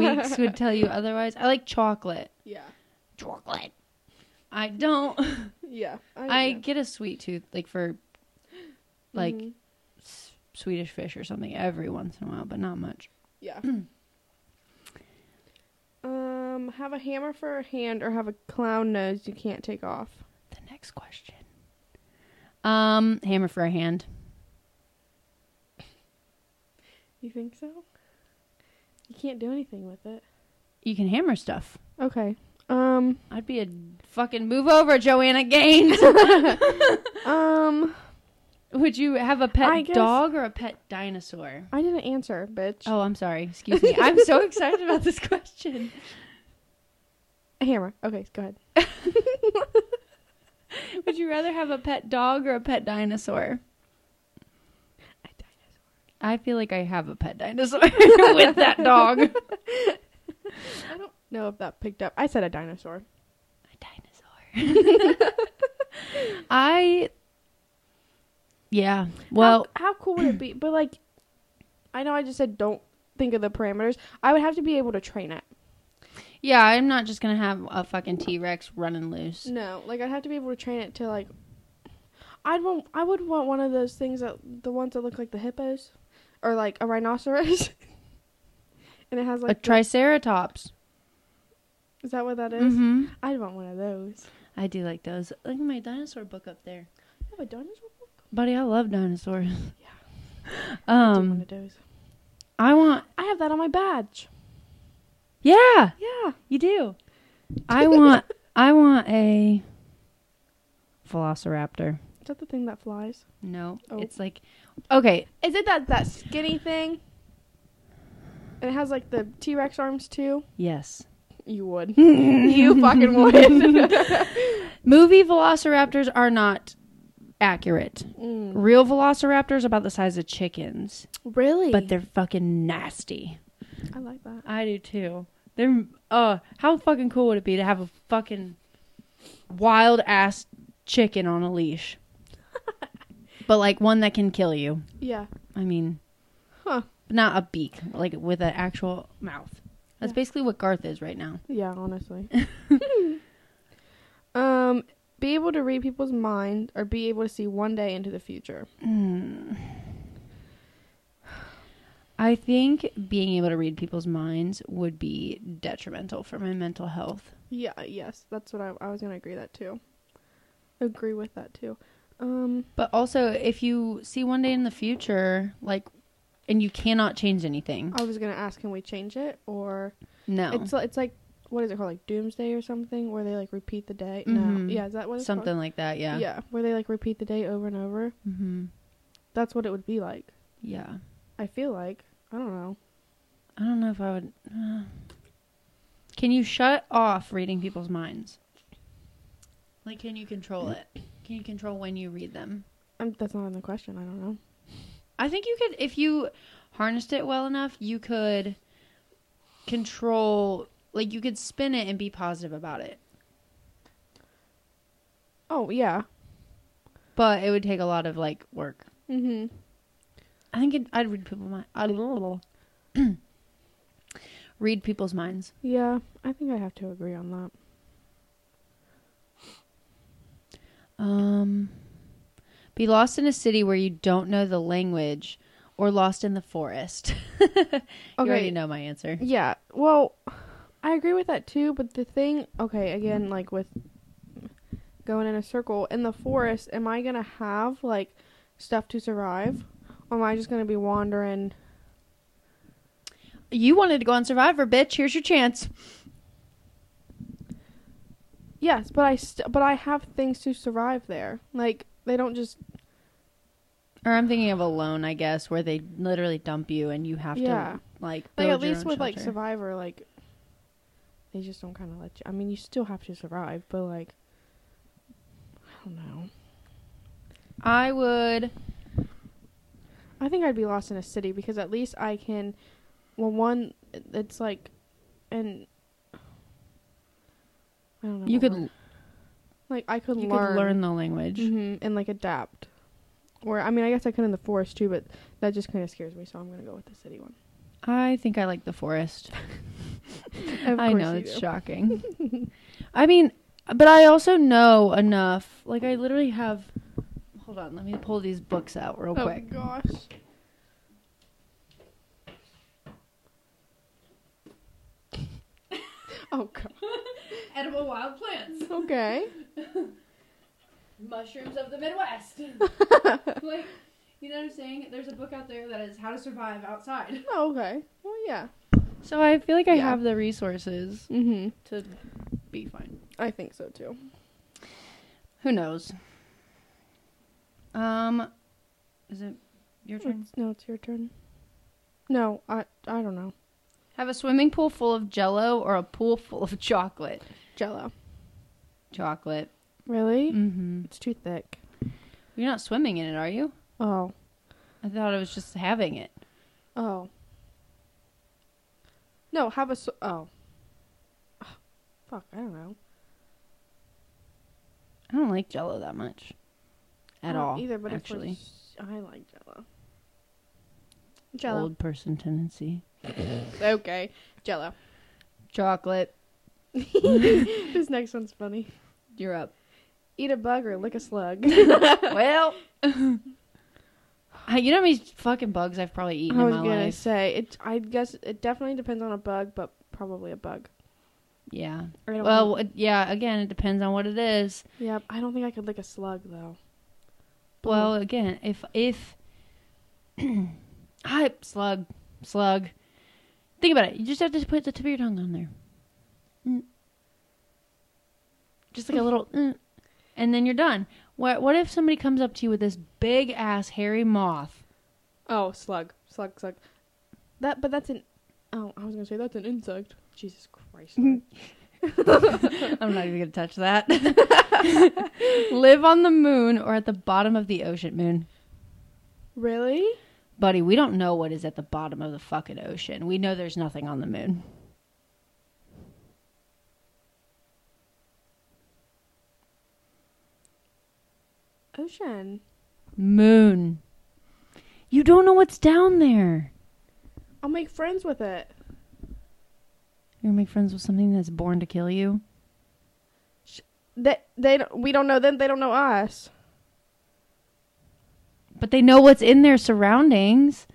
[SPEAKER 2] weeks would tell you otherwise. I like chocolate.
[SPEAKER 3] Yeah.
[SPEAKER 2] Chocolate. I don't.
[SPEAKER 3] Yeah.
[SPEAKER 2] I get a sweet tooth, like for like
[SPEAKER 3] Mm-hmm.
[SPEAKER 2] s- Swedish fish or something every once in a while, but not much.
[SPEAKER 3] Yeah. um, have a hammer for a hand or have a clown nose you can't take off.
[SPEAKER 2] The next question. Um, hammer for a hand.
[SPEAKER 3] You think so? You can't do anything with it.
[SPEAKER 2] You can hammer stuff.
[SPEAKER 3] Okay. Um.
[SPEAKER 2] I'd be a fucking move over, Joanna Gaines.
[SPEAKER 3] Um.
[SPEAKER 2] Would you have a pet
[SPEAKER 3] I guess-
[SPEAKER 2] dog or a pet dinosaur?
[SPEAKER 3] I didn't answer, bitch.
[SPEAKER 2] Oh, I'm sorry. Excuse me. I'm so excited about this question.
[SPEAKER 3] A hammer. Okay, go ahead.
[SPEAKER 2] Would you rather have a pet dog or a pet dinosaur?
[SPEAKER 3] A
[SPEAKER 2] I feel like I have a pet dinosaur with that dog. A
[SPEAKER 3] I don't know if that picked up. I said a dinosaur.
[SPEAKER 2] dinosaur. I. Yeah. Well,
[SPEAKER 3] how, how cool would it be? But like, I know I just said don't think of the parameters. I would have to be able to train it.
[SPEAKER 2] yeah, I'm not just going to have a fucking T Rex running loose.
[SPEAKER 3] No, like I'd have to be able to train it to like. I'd want. I would want one of those things that the ones that look like the hippos, or like a rhinoceros. and it has
[SPEAKER 2] A
[SPEAKER 3] like. the-
[SPEAKER 2] triceratops.
[SPEAKER 3] is that what that is?
[SPEAKER 2] Mm-hmm.
[SPEAKER 3] I'd want one of those.
[SPEAKER 2] I do like those. Look at my dinosaur book up there.
[SPEAKER 3] I have a dinosaur.
[SPEAKER 2] Buddy, I love dinosaurs.
[SPEAKER 3] I do
[SPEAKER 2] Um,
[SPEAKER 3] one of those.
[SPEAKER 2] I want.
[SPEAKER 3] I have that on my badge.
[SPEAKER 2] Yeah,
[SPEAKER 3] Yeah.
[SPEAKER 2] you do. I want. I want a velociraptor.
[SPEAKER 3] Is that the thing that flies?
[SPEAKER 2] No,
[SPEAKER 3] Oh.
[SPEAKER 2] it's like. Okay,
[SPEAKER 3] Is it that that skinny thing? And it has like the T Rex arms too.
[SPEAKER 2] yes.
[SPEAKER 3] You would. you fucking would.
[SPEAKER 2] Movie velociraptors are not accurate.
[SPEAKER 3] Mm.
[SPEAKER 2] Real velociraptors are about the size of chickens,
[SPEAKER 3] Really?
[SPEAKER 2] but they're fucking nasty.
[SPEAKER 3] I like that.
[SPEAKER 2] I do too. They're uh how fucking cool would it be to have a fucking wild ass chicken on a leash? but like one that can kill you.
[SPEAKER 3] Yeah.
[SPEAKER 2] I mean,
[SPEAKER 3] Huh.
[SPEAKER 2] Not a beak, like with an actual mouth. That's
[SPEAKER 3] Yeah.
[SPEAKER 2] basically what Garth is right now.
[SPEAKER 3] Yeah. Honestly. um, be able to read people's mind or be able to see one day into the future.
[SPEAKER 2] Hmm. I think being able to read people's minds would be detrimental for my mental health.
[SPEAKER 3] Yeah. Yes. That's what I, I was gonna agree that too. Agree with that too. Um.
[SPEAKER 2] But also, if you see one day in the future, like, and you cannot change anything,
[SPEAKER 3] I was gonna ask, can we change it or?
[SPEAKER 2] no,
[SPEAKER 3] Oh, It's li- it's like what is it called? Like Doomsday or something, where they like repeat the day.
[SPEAKER 2] Mhm.
[SPEAKER 3] No, yeah, is that what it's called?
[SPEAKER 2] something like that, yeah,
[SPEAKER 3] Yeah, where they like repeat the day over and over.
[SPEAKER 2] hmm
[SPEAKER 3] That's what it would be like.
[SPEAKER 2] yeah.
[SPEAKER 3] I feel like I don't know.
[SPEAKER 2] I don't know if I would. Uh, can you shut off reading people's minds? Like, can you control it? Can you control when you read them?
[SPEAKER 3] Um, that's not in the question. I don't know.
[SPEAKER 2] I think you could, if you harnessed it well enough, you could control, like, you could spin it and be positive about it.
[SPEAKER 3] Oh yeah.
[SPEAKER 2] But it would take a lot of, like, work.
[SPEAKER 3] Mm-hmm.
[SPEAKER 2] I think it, I'd read people mind. I'd read people's minds.
[SPEAKER 3] Yeah, I think I have to agree on that.
[SPEAKER 2] Um, be lost in a city where you don't know the language, or lost in the forest. You already know my answer.
[SPEAKER 3] Yeah. Well, I agree with that too, but the thing, okay, again, like with going in a circle in the forest, am I going to have like stuff to survive or am I just going to be wandering?
[SPEAKER 2] You wanted to go on Survivor, bitch. Here's your chance.
[SPEAKER 3] Yes, but I st- but I have things to survive there. Like they don't just
[SPEAKER 2] Or I'm thinking of Alone, I guess, where they literally dump you and you have
[SPEAKER 3] Yeah.
[SPEAKER 2] to like.
[SPEAKER 3] like
[SPEAKER 2] build
[SPEAKER 3] at
[SPEAKER 2] your
[SPEAKER 3] least
[SPEAKER 2] own
[SPEAKER 3] with like
[SPEAKER 2] shelter.
[SPEAKER 3] survivor like they just don't kind of let you. I mean, you still have to survive, but like I don't know.
[SPEAKER 2] I would.
[SPEAKER 3] I think I'd be lost in a city because at least I can. Well, one, it- it's like, and I don't know.
[SPEAKER 2] You
[SPEAKER 3] what
[SPEAKER 2] could.
[SPEAKER 3] word.
[SPEAKER 2] You
[SPEAKER 3] like I could
[SPEAKER 2] could
[SPEAKER 3] learn,
[SPEAKER 2] learn the language.
[SPEAKER 3] Mhm, and like adapt. Or I mean, I guess I could in the forest too, but that just kind of scares me. So I'm gonna go with the city one.
[SPEAKER 2] I think I like the forest.
[SPEAKER 3] Of
[SPEAKER 2] I
[SPEAKER 3] course
[SPEAKER 2] know
[SPEAKER 3] you
[SPEAKER 2] it's
[SPEAKER 3] do.
[SPEAKER 2] shocking. I mean, but I also know enough. Like I literally have. Hold on, let me pull these books out real
[SPEAKER 3] Oh
[SPEAKER 2] quick.
[SPEAKER 3] gosh. oh god.
[SPEAKER 2] Edible wild plants,
[SPEAKER 3] Okay.
[SPEAKER 2] mushrooms of the Midwest. like, you know what I'm saying? There's a book out there that is how to survive outside.
[SPEAKER 3] Oh, okay. Well, yeah.
[SPEAKER 2] So I feel like I
[SPEAKER 3] Yeah.
[SPEAKER 2] have the resources
[SPEAKER 3] Mhm.
[SPEAKER 2] to be fine.
[SPEAKER 3] I think so too.
[SPEAKER 2] Who knows? Um, is it your turn?
[SPEAKER 3] No, it's your turn. No, I I don't know.
[SPEAKER 2] Have a swimming pool full of Jello or a pool full of chocolate?
[SPEAKER 3] Jello. Mm.
[SPEAKER 2] Chocolate.
[SPEAKER 3] Really?
[SPEAKER 2] Mm-hmm.
[SPEAKER 3] It's too thick.
[SPEAKER 2] You're not swimming in it, are you?
[SPEAKER 3] Oh.
[SPEAKER 2] I thought I was just having it.
[SPEAKER 3] Oh. No, have a s oh. Ugh, Fuck, I don't know.
[SPEAKER 2] I don't like Jello that much,
[SPEAKER 3] I
[SPEAKER 2] at
[SPEAKER 3] don't
[SPEAKER 2] all.
[SPEAKER 3] either, but
[SPEAKER 2] actually.
[SPEAKER 3] if we're, s- I like Jello. Jello.
[SPEAKER 2] Old person tendency.
[SPEAKER 3] Okay, Jello.
[SPEAKER 2] Chocolate.
[SPEAKER 3] this next one's funny.
[SPEAKER 2] You're up.
[SPEAKER 3] Eat a bug or lick a slug.
[SPEAKER 2] well, I- you know how many fucking bugs I've probably eaten
[SPEAKER 3] I
[SPEAKER 2] in
[SPEAKER 3] was
[SPEAKER 2] my
[SPEAKER 3] gonna
[SPEAKER 2] life.
[SPEAKER 3] say it. I guess it definitely depends on a bug, but probably a bug.
[SPEAKER 2] Yeah.
[SPEAKER 3] I don't
[SPEAKER 2] Well, it- yeah. Again, it depends on what it is.
[SPEAKER 3] Yeah, I don't think I could lick a slug though.
[SPEAKER 2] Well, again, if if I slug slug, think about it. You just have to put the tip of your tongue on there, Mm. just like a little, mm, and then you're done. What what if somebody comes up to you with this big ass hairy moth?
[SPEAKER 3] Oh, slug, slug, slug. That, but that's an. Oh, I was gonna say that's an insect. Jesus Christ. Lauren.
[SPEAKER 2] I'm not even gonna touch that. Live on the moon or at the bottom of the ocean, moon.
[SPEAKER 3] really?
[SPEAKER 2] Buddy, we don't know what is at the bottom of the fucking ocean. We know there's nothing on the moon.
[SPEAKER 3] Ocean.
[SPEAKER 2] Moon. You don't know what's down there.
[SPEAKER 3] I'll make friends with it.
[SPEAKER 2] You're gonna make friends with something that's born to kill you.
[SPEAKER 3] They, they, don't- we don't know them. They don't know us.
[SPEAKER 2] But they know what's in their surroundings.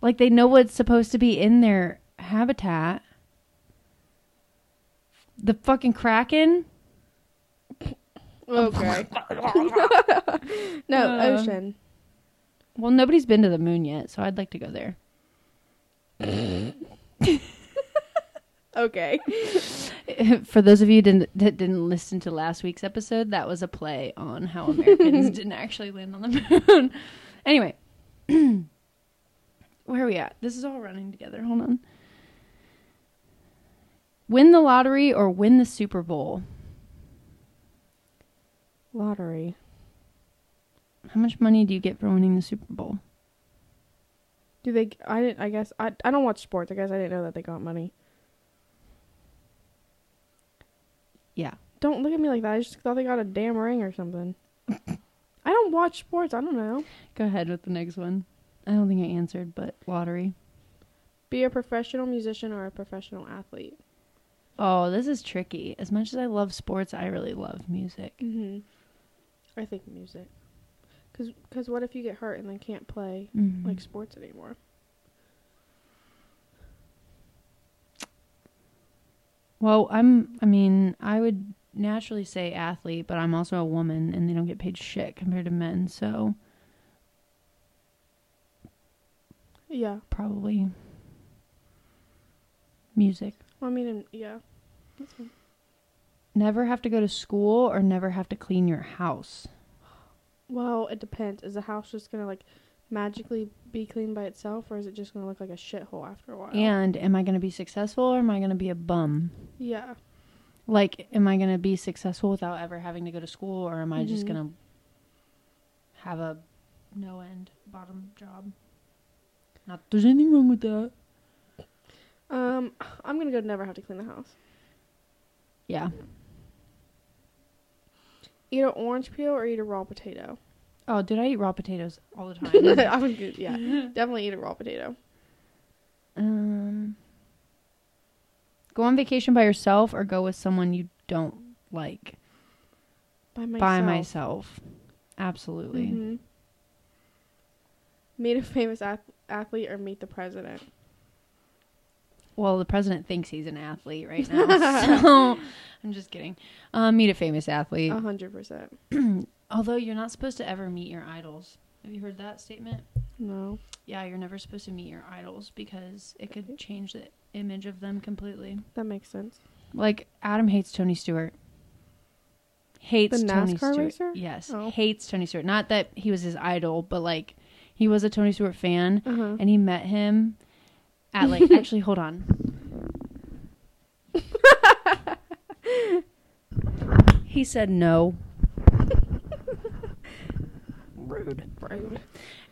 [SPEAKER 2] Like they know what's supposed to be in their habitat. The fucking kraken?
[SPEAKER 3] Okay. no,
[SPEAKER 2] Uh.
[SPEAKER 3] ocean.
[SPEAKER 2] Well, nobody's been to the moon yet, so I'd like to go there.
[SPEAKER 3] Okay.
[SPEAKER 2] For those of you didn't, that didn't listen to last week's episode, that was a play on how Americans didn't actually land on the moon. anyway, where are we at? This is all running together. Hold on. Win the lottery or win the Super Bowl?
[SPEAKER 3] Lottery.
[SPEAKER 2] How much money do you get for winning the Super Bowl?
[SPEAKER 3] Do they? I didn't. I guess I. I don't watch sports. I guess I didn't know that they got money.
[SPEAKER 2] Yeah.
[SPEAKER 3] Don't look at me like that. I just thought they got a damn ring or something. I don't watch sports. I don't know.
[SPEAKER 2] Go ahead with the next one. I don't think I answered, but lottery.
[SPEAKER 3] Be a professional musician or a professional athlete.
[SPEAKER 2] Oh, this is tricky. As much as I love sports, I really love music.
[SPEAKER 3] Mm-hmm. I think music. Cause, cause what if you get hurt and then can't play like sports anymore?
[SPEAKER 2] well, I'm. I mean, I would naturally say athlete, but I'm also a woman, and they don't get paid shit compared to men. So
[SPEAKER 3] Yeah.
[SPEAKER 2] probably music.
[SPEAKER 3] Well, I mean, and- yeah. That's fine.
[SPEAKER 2] Never have to go to school or never have to clean your house.
[SPEAKER 3] Well, it depends. Is the house just gonna like magically be clean by itself, or is it just gonna look like a shithole after a while?
[SPEAKER 2] And am I going to be successful or am I going to be a bum?
[SPEAKER 3] Yeah.
[SPEAKER 2] Like, am I going to be successful without ever having to go to school or am I just
[SPEAKER 3] Mhm.
[SPEAKER 2] going to have a Mm-hmm. no end bottom job? Not there's anything wrong with that.
[SPEAKER 3] Um, I'm gonna go never have to clean the house.
[SPEAKER 2] Yeah.
[SPEAKER 3] Eat an orange peel or eat a raw potato.
[SPEAKER 2] Oh, dude, I eat raw potatoes all the time.
[SPEAKER 3] I would, go- yeah, definitely eat a raw potato.
[SPEAKER 2] um, go on vacation by yourself or go with someone you don't like.
[SPEAKER 3] By myself.
[SPEAKER 2] By myself. Absolutely.
[SPEAKER 3] hmm Meet a famous ath- athlete or meet the president.
[SPEAKER 2] Well, the president thinks he's an athlete right now. so I'm just kidding. Um, meet a famous athlete.
[SPEAKER 3] A hundred percent.
[SPEAKER 2] Although you're not supposed to ever meet your idols. Have you heard that statement?
[SPEAKER 3] No.
[SPEAKER 2] Yeah, you're never supposed to meet your idols because it could change the image of them completely.
[SPEAKER 3] That makes sense.
[SPEAKER 2] Like Adam hates Tony Stewart. Hates
[SPEAKER 3] The
[SPEAKER 2] Tony
[SPEAKER 3] NASCAR
[SPEAKER 2] Stewart.
[SPEAKER 3] racer?
[SPEAKER 2] Yes,
[SPEAKER 3] Oh.
[SPEAKER 2] hates Tony Stewart. Not that he was his idol, but like he was a Tony Stewart fan,
[SPEAKER 3] Uh huh.
[SPEAKER 2] and he met him at like actually hold on. he said no. Rude.
[SPEAKER 3] Right.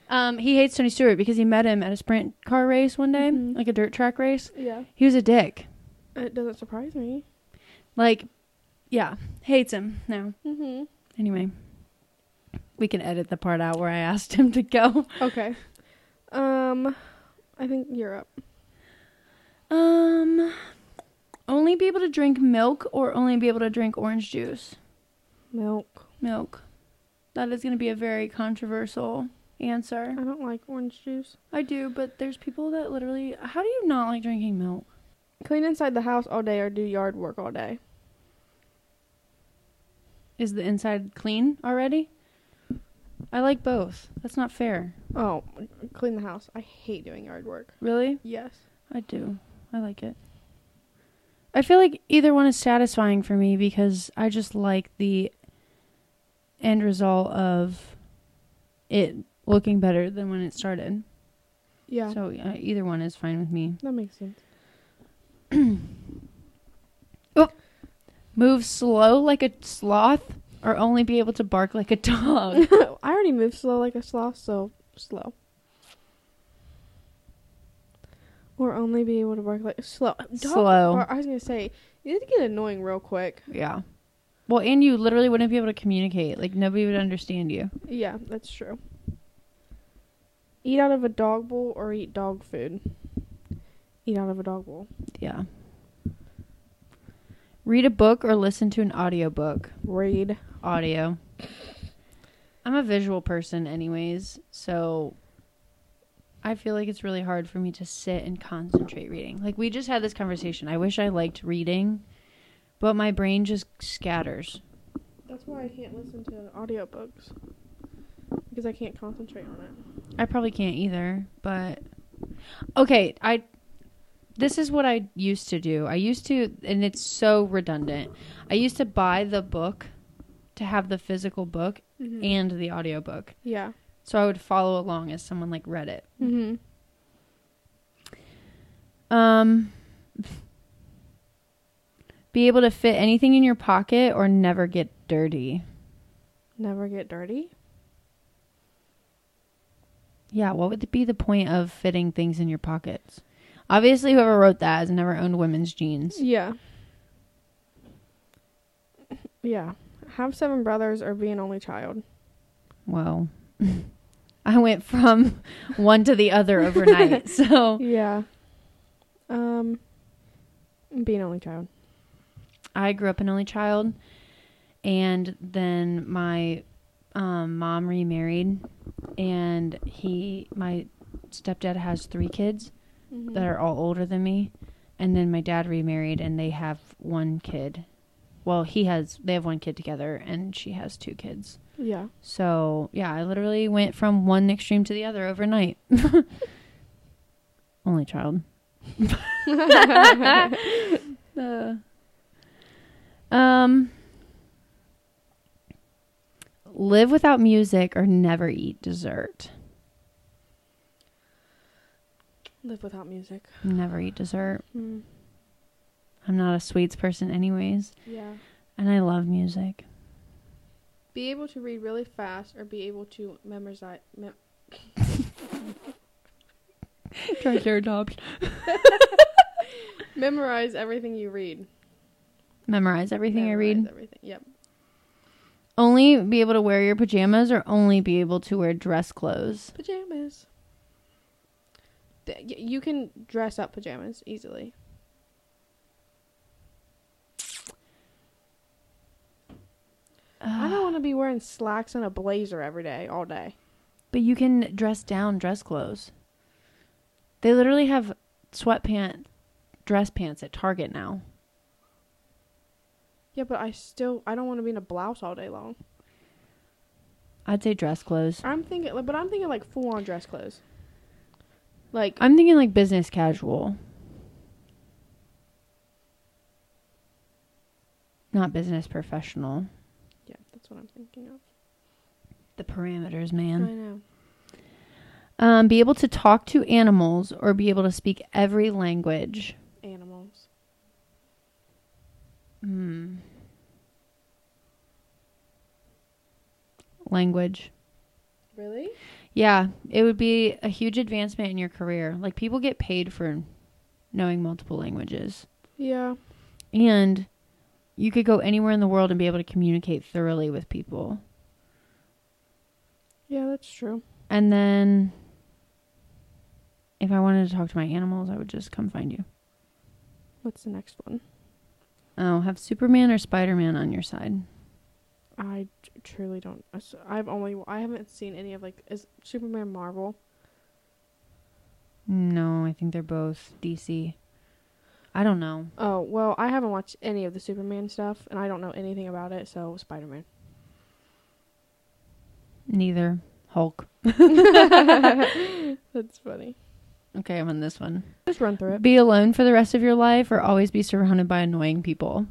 [SPEAKER 2] Um, he hates Tony Stewart because he met him at a sprint car race one day,
[SPEAKER 3] Mhm.
[SPEAKER 2] like a dirt track race.
[SPEAKER 3] Yeah.
[SPEAKER 2] He was a dick.
[SPEAKER 3] It doesn't surprise me.
[SPEAKER 2] Like, yeah, hates him now.
[SPEAKER 3] Mm-hmm.
[SPEAKER 2] Anyway, we can edit the part out where I asked him to go.
[SPEAKER 3] Okay. Um, I think you're up.
[SPEAKER 2] Um, only be able to drink milk or only be able to drink orange juice.
[SPEAKER 3] Milk.
[SPEAKER 2] Milk. That is going to be a very controversial answer.
[SPEAKER 3] I don't like orange juice.
[SPEAKER 2] I do, but there's people that literally. How do you not like drinking milk?
[SPEAKER 3] Clean inside the house all day or do yard work all day.
[SPEAKER 2] Is the inside clean already? I like both. That's not fair.
[SPEAKER 3] Oh, clean the house. I hate doing yard work.
[SPEAKER 2] Really?
[SPEAKER 3] Yes.
[SPEAKER 2] I do. I like it. I feel like either one is satisfying for me because I just like the end result of it looking better than when it started.
[SPEAKER 3] Yeah.
[SPEAKER 2] So uh, either one is fine with me.
[SPEAKER 3] that makes sense.
[SPEAKER 2] Move slow like a sloth or only be able to bark like a dog.
[SPEAKER 3] I already move slow like a sloth, so slow. Or only be able to bark like slow. Dog-
[SPEAKER 2] Slow.
[SPEAKER 3] Or I was gonna say you get annoying real quick.
[SPEAKER 2] yeah. Well, and you literally wouldn't be able to communicate. Like nobody would understand you.
[SPEAKER 3] Yeah, that's true. Eat out of a dog bowl or eat dog food. Eat out of a dog bowl.
[SPEAKER 2] Yeah. Read a book or listen to an audiobook.
[SPEAKER 3] Read.
[SPEAKER 2] Audio. I'm a visual person anyways, so I feel like it's really hard for me to sit and concentrate reading. Like we just had this conversation. I wish I liked reading, but my brain just scatters.
[SPEAKER 3] That's why I can't listen to audiobooks. Because I can't concentrate on it.
[SPEAKER 2] I probably can't either, but okay, I this is what I used to do. I used to and it's so redundant. I used to buy the book to have the physical book and the audiobook.
[SPEAKER 3] Yeah.
[SPEAKER 2] So I would follow along as someone like read it.
[SPEAKER 3] Mm-hmm.
[SPEAKER 2] Um be able to fit anything in your pocket or never get dirty.
[SPEAKER 3] Never get dirty.
[SPEAKER 2] Yeah, what would be the point of fitting things in your pockets? Obviously, whoever wrote that has never owned women's jeans.
[SPEAKER 3] Yeah. Yeah. Have seven brothers or be an only child.
[SPEAKER 2] Well, I went from one to the other overnight. so
[SPEAKER 3] Yeah. Um. Be an only child.
[SPEAKER 2] I grew up an only child, and then my um, mom remarried, and he, my stepdad, has three kids
[SPEAKER 3] Mm-hmm.
[SPEAKER 2] that are all older than me, and then my dad remarried, and they have one kid. Well, he has they have one kid together, and she has two kids.
[SPEAKER 3] Yeah.
[SPEAKER 2] So yeah, I literally went from one extreme to the other overnight. only child. Uh, um, live without music or never eat dessert.
[SPEAKER 3] Live without music.
[SPEAKER 2] Never eat dessert.
[SPEAKER 3] Mm-hmm.
[SPEAKER 2] I'm not a sweets person, anyways,
[SPEAKER 3] Yeah.
[SPEAKER 2] and I love music.
[SPEAKER 3] Be able to read really fast or be able to memorize. Mem-
[SPEAKER 2] Triceratops.
[SPEAKER 3] memorize everything you read.
[SPEAKER 2] Memorize everything I read.
[SPEAKER 3] Memorize Everything. Yep.
[SPEAKER 2] Only be able to wear your pajamas or only be able to wear dress clothes.
[SPEAKER 3] Pajamas. Th- y- You can dress up pajamas easily.
[SPEAKER 2] Ah.
[SPEAKER 3] I don't want to be wearing slacks and a blazer every day, all day.
[SPEAKER 2] But you can dress down dress clothes. They literally have sweatpant dress pants at Target now.
[SPEAKER 3] Yeah, but I still I don't want to be in a blouse all day long.
[SPEAKER 2] I'd say dress clothes.
[SPEAKER 3] I'm thinking, but I'm thinking like full on dress clothes. Like
[SPEAKER 2] I'm thinking like business casual. Not business professional.
[SPEAKER 3] yeah, that's what I'm thinking of.
[SPEAKER 2] The parameters,
[SPEAKER 3] I
[SPEAKER 2] man.
[SPEAKER 3] know.
[SPEAKER 2] Um, be able to talk to animals or be able to speak every language.
[SPEAKER 3] Animals.
[SPEAKER 2] Hmm. Language.
[SPEAKER 3] Really?
[SPEAKER 2] Yeah, it would be a huge advancement in your career. Like people get paid for knowing multiple languages.
[SPEAKER 3] Yeah.
[SPEAKER 2] And you could go anywhere in the world and be able to communicate thoroughly with people.
[SPEAKER 3] Yeah, that's true.
[SPEAKER 2] And then if I wanted to talk to my animals, I would just come find you.
[SPEAKER 3] What's the next one?
[SPEAKER 2] Oh, have Superman or Spider-Man on your side.
[SPEAKER 3] I t- truly don't. I s- I've only I haven't seen any of like is Superman Marvel.
[SPEAKER 2] No, I think they're both DC. I don't know.
[SPEAKER 3] Oh well, I haven't watched any of the Superman stuff, and I don't know anything about it. So Spider Man.
[SPEAKER 2] Neither. Hulk.
[SPEAKER 3] That's funny.
[SPEAKER 2] Okay, I'm on this one.
[SPEAKER 3] Just run through it.
[SPEAKER 2] Be alone for the rest of your life or always be surrounded by annoying people.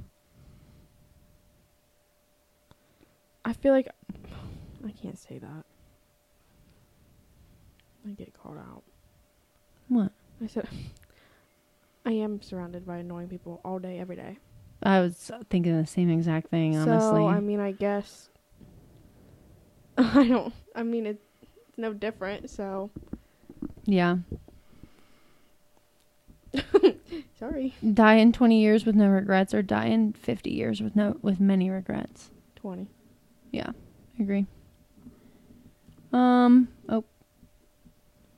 [SPEAKER 3] I feel like I can't say that. I get called out.
[SPEAKER 2] What?
[SPEAKER 3] I said I am surrounded by annoying people all day, every day.
[SPEAKER 2] I was thinking the same exact thing, honestly.
[SPEAKER 3] So I mean, I guess I don't. I mean, it's no different. So
[SPEAKER 2] yeah.
[SPEAKER 3] sorry.
[SPEAKER 2] Die in 20 years with no regrets or die in 50 years with no with many regrets.
[SPEAKER 3] Twenty.
[SPEAKER 2] I agree. Um, oh.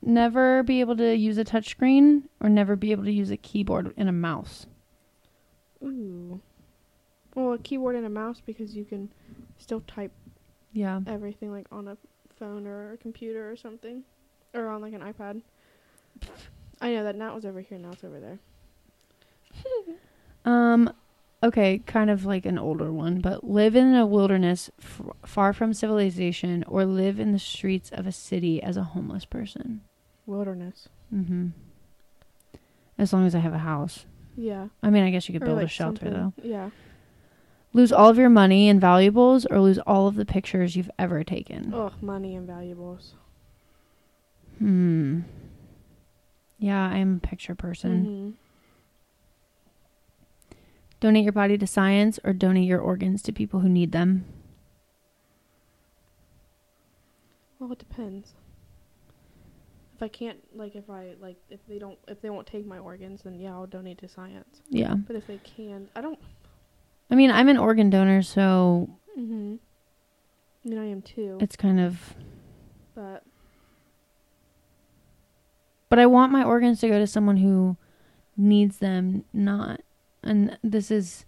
[SPEAKER 2] Never be able to use a touchscreen or never be able to use a keyboard and a mouse.
[SPEAKER 3] Ooh. Well, a keyboard and a mouse because you can still type
[SPEAKER 2] Yeah.
[SPEAKER 3] everything like on a phone or a computer or something, or on like an iPad. I know that now was over here, now it's over there.
[SPEAKER 2] Um, okay, kind of like an older one, but live in a wilderness f- far from civilization or live in the streets of a city as a homeless person.
[SPEAKER 3] Wilderness.
[SPEAKER 2] Mm-hmm. As long as I have a house.
[SPEAKER 3] Yeah.
[SPEAKER 2] I mean, I guess you could
[SPEAKER 3] Or,
[SPEAKER 2] build a
[SPEAKER 3] like,
[SPEAKER 2] shelter
[SPEAKER 3] something-
[SPEAKER 2] though.
[SPEAKER 3] Yeah.
[SPEAKER 2] Lose all of your money and valuables or lose all of the pictures you've ever taken.
[SPEAKER 3] Ugh, money and valuables.
[SPEAKER 2] Hmm. Yeah, I'm a picture person.
[SPEAKER 3] Mhm.
[SPEAKER 2] Donate your body to science or donate your organs to people who need them.
[SPEAKER 3] Well, it depends. If I can't, like, if I like, if they don't, if they won't take my organs, then yeah, I'll donate to science.
[SPEAKER 2] Yeah.
[SPEAKER 3] But if they can, I don't.
[SPEAKER 2] I mean, I'm an organ donor, so
[SPEAKER 3] Mm-hmm. I mean, I am too.
[SPEAKER 2] it's kind of.
[SPEAKER 3] But
[SPEAKER 2] But I want my organs to go to someone who needs them, not. And this is.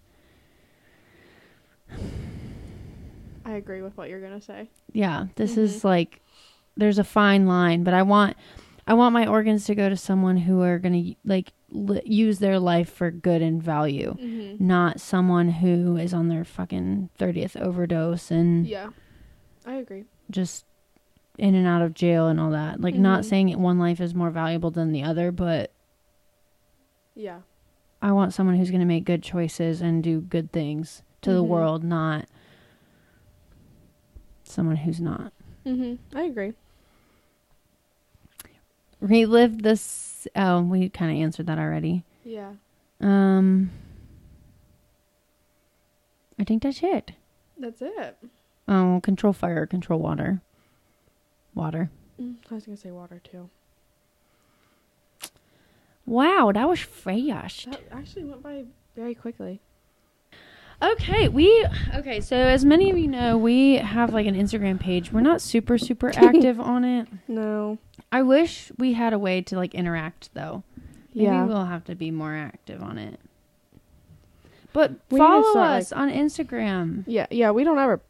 [SPEAKER 3] I agree with what you're gonna say.
[SPEAKER 2] Yeah, this
[SPEAKER 3] Mm-hmm.
[SPEAKER 2] is like. There's a fine line, but I want. I want my organs to go to someone who are going to, like, li- use their life for good and value.
[SPEAKER 3] Mm-hmm.
[SPEAKER 2] not someone who is on their fucking 30th overdose and
[SPEAKER 3] Yeah, I agree.
[SPEAKER 2] just in and out of jail and all that. Like, not
[SPEAKER 3] Mhm.
[SPEAKER 2] saying it- one life is more valuable than the other, but
[SPEAKER 3] Yeah.
[SPEAKER 2] I want someone who's going to make good choices and do good things to the
[SPEAKER 3] Mhm.
[SPEAKER 2] world, not someone who's not.
[SPEAKER 3] Mm-hmm. I agree.
[SPEAKER 2] Relive this. Oh, we kind of answered that already.
[SPEAKER 3] Yeah.
[SPEAKER 2] Um, I think that's it.
[SPEAKER 3] That's it.
[SPEAKER 2] Oh, control fire, control water. Water.
[SPEAKER 3] Mm, I was gonna say water too.
[SPEAKER 2] Wow, that was fast.
[SPEAKER 3] That actually went by very quickly.
[SPEAKER 2] Okay, we okay. So as many of you know, we have like an Instagram page. We're not super super active on it.
[SPEAKER 3] No.
[SPEAKER 2] I wish we had a way to like interact though. Maybe
[SPEAKER 3] Yeah.
[SPEAKER 2] we'll have to be more active on it. But
[SPEAKER 3] We need to
[SPEAKER 2] follow
[SPEAKER 3] start,
[SPEAKER 2] us on Instagram.
[SPEAKER 3] Yeah. Yeah. We don't ever.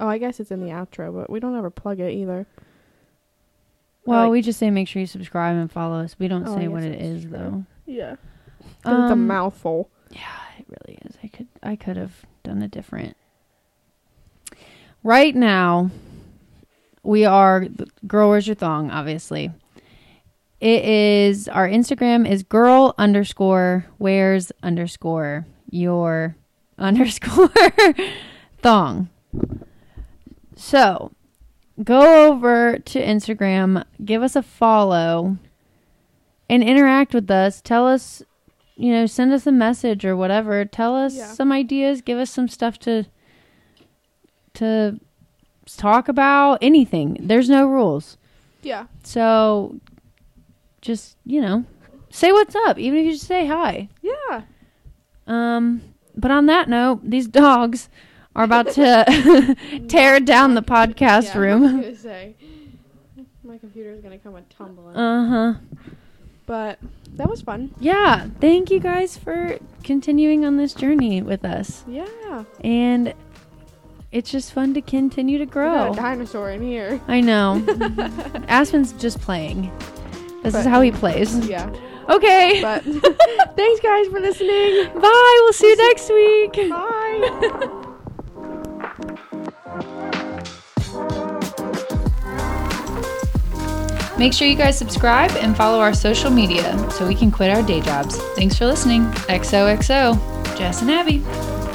[SPEAKER 3] Oh, I guess it's in the outro, but we don't ever plug it either.
[SPEAKER 2] Well,
[SPEAKER 3] like-
[SPEAKER 2] we just say make sure you subscribe and follow us. We don't
[SPEAKER 3] Oh, I
[SPEAKER 2] say
[SPEAKER 3] guess
[SPEAKER 2] what it
[SPEAKER 3] that's
[SPEAKER 2] is
[SPEAKER 3] true.
[SPEAKER 2] though.
[SPEAKER 3] Yeah. it's a
[SPEAKER 2] Um,
[SPEAKER 3] mouthful.
[SPEAKER 2] Yeah, it really is. I could I could have done a different. Right now, we are girl. Where's your thong? Obviously, it is our Instagram is girl underscore wears underscore your underscore thong. So, go over to Instagram, give us a follow, and interact with us. Tell us you know, send us a message or whatever. Tell us
[SPEAKER 3] Yeah.
[SPEAKER 2] some ideas. Give us some stuff to to talk about. Anything. There's no rules.
[SPEAKER 3] Yeah.
[SPEAKER 2] So just you know, say what's up. Even if you just say hi.
[SPEAKER 3] Yeah.
[SPEAKER 2] Um. But on that note, these dogs are about to tear down the podcast
[SPEAKER 3] I was
[SPEAKER 2] room.
[SPEAKER 3] gonna say. My computer's gonna come a tumbling.
[SPEAKER 2] Uh huh.
[SPEAKER 3] but that was fun.
[SPEAKER 2] Yeah. Thank you guys for continuing on this journey with us.
[SPEAKER 3] Yeah.
[SPEAKER 2] and it's just fun to continue to
[SPEAKER 3] We got
[SPEAKER 2] grow.
[SPEAKER 3] a dinosaur in here.
[SPEAKER 2] I know. Aspen's just playing. This is
[SPEAKER 3] But-
[SPEAKER 2] how he plays.
[SPEAKER 3] Yeah.
[SPEAKER 2] Okay.
[SPEAKER 3] But thanks guys for listening.
[SPEAKER 2] Bye. We'll see you next week.
[SPEAKER 3] Bye.
[SPEAKER 2] Make sure you guys subscribe and follow our social media so we can quit our day jobs. Thanks for listening. XOXO, Jess and Abby.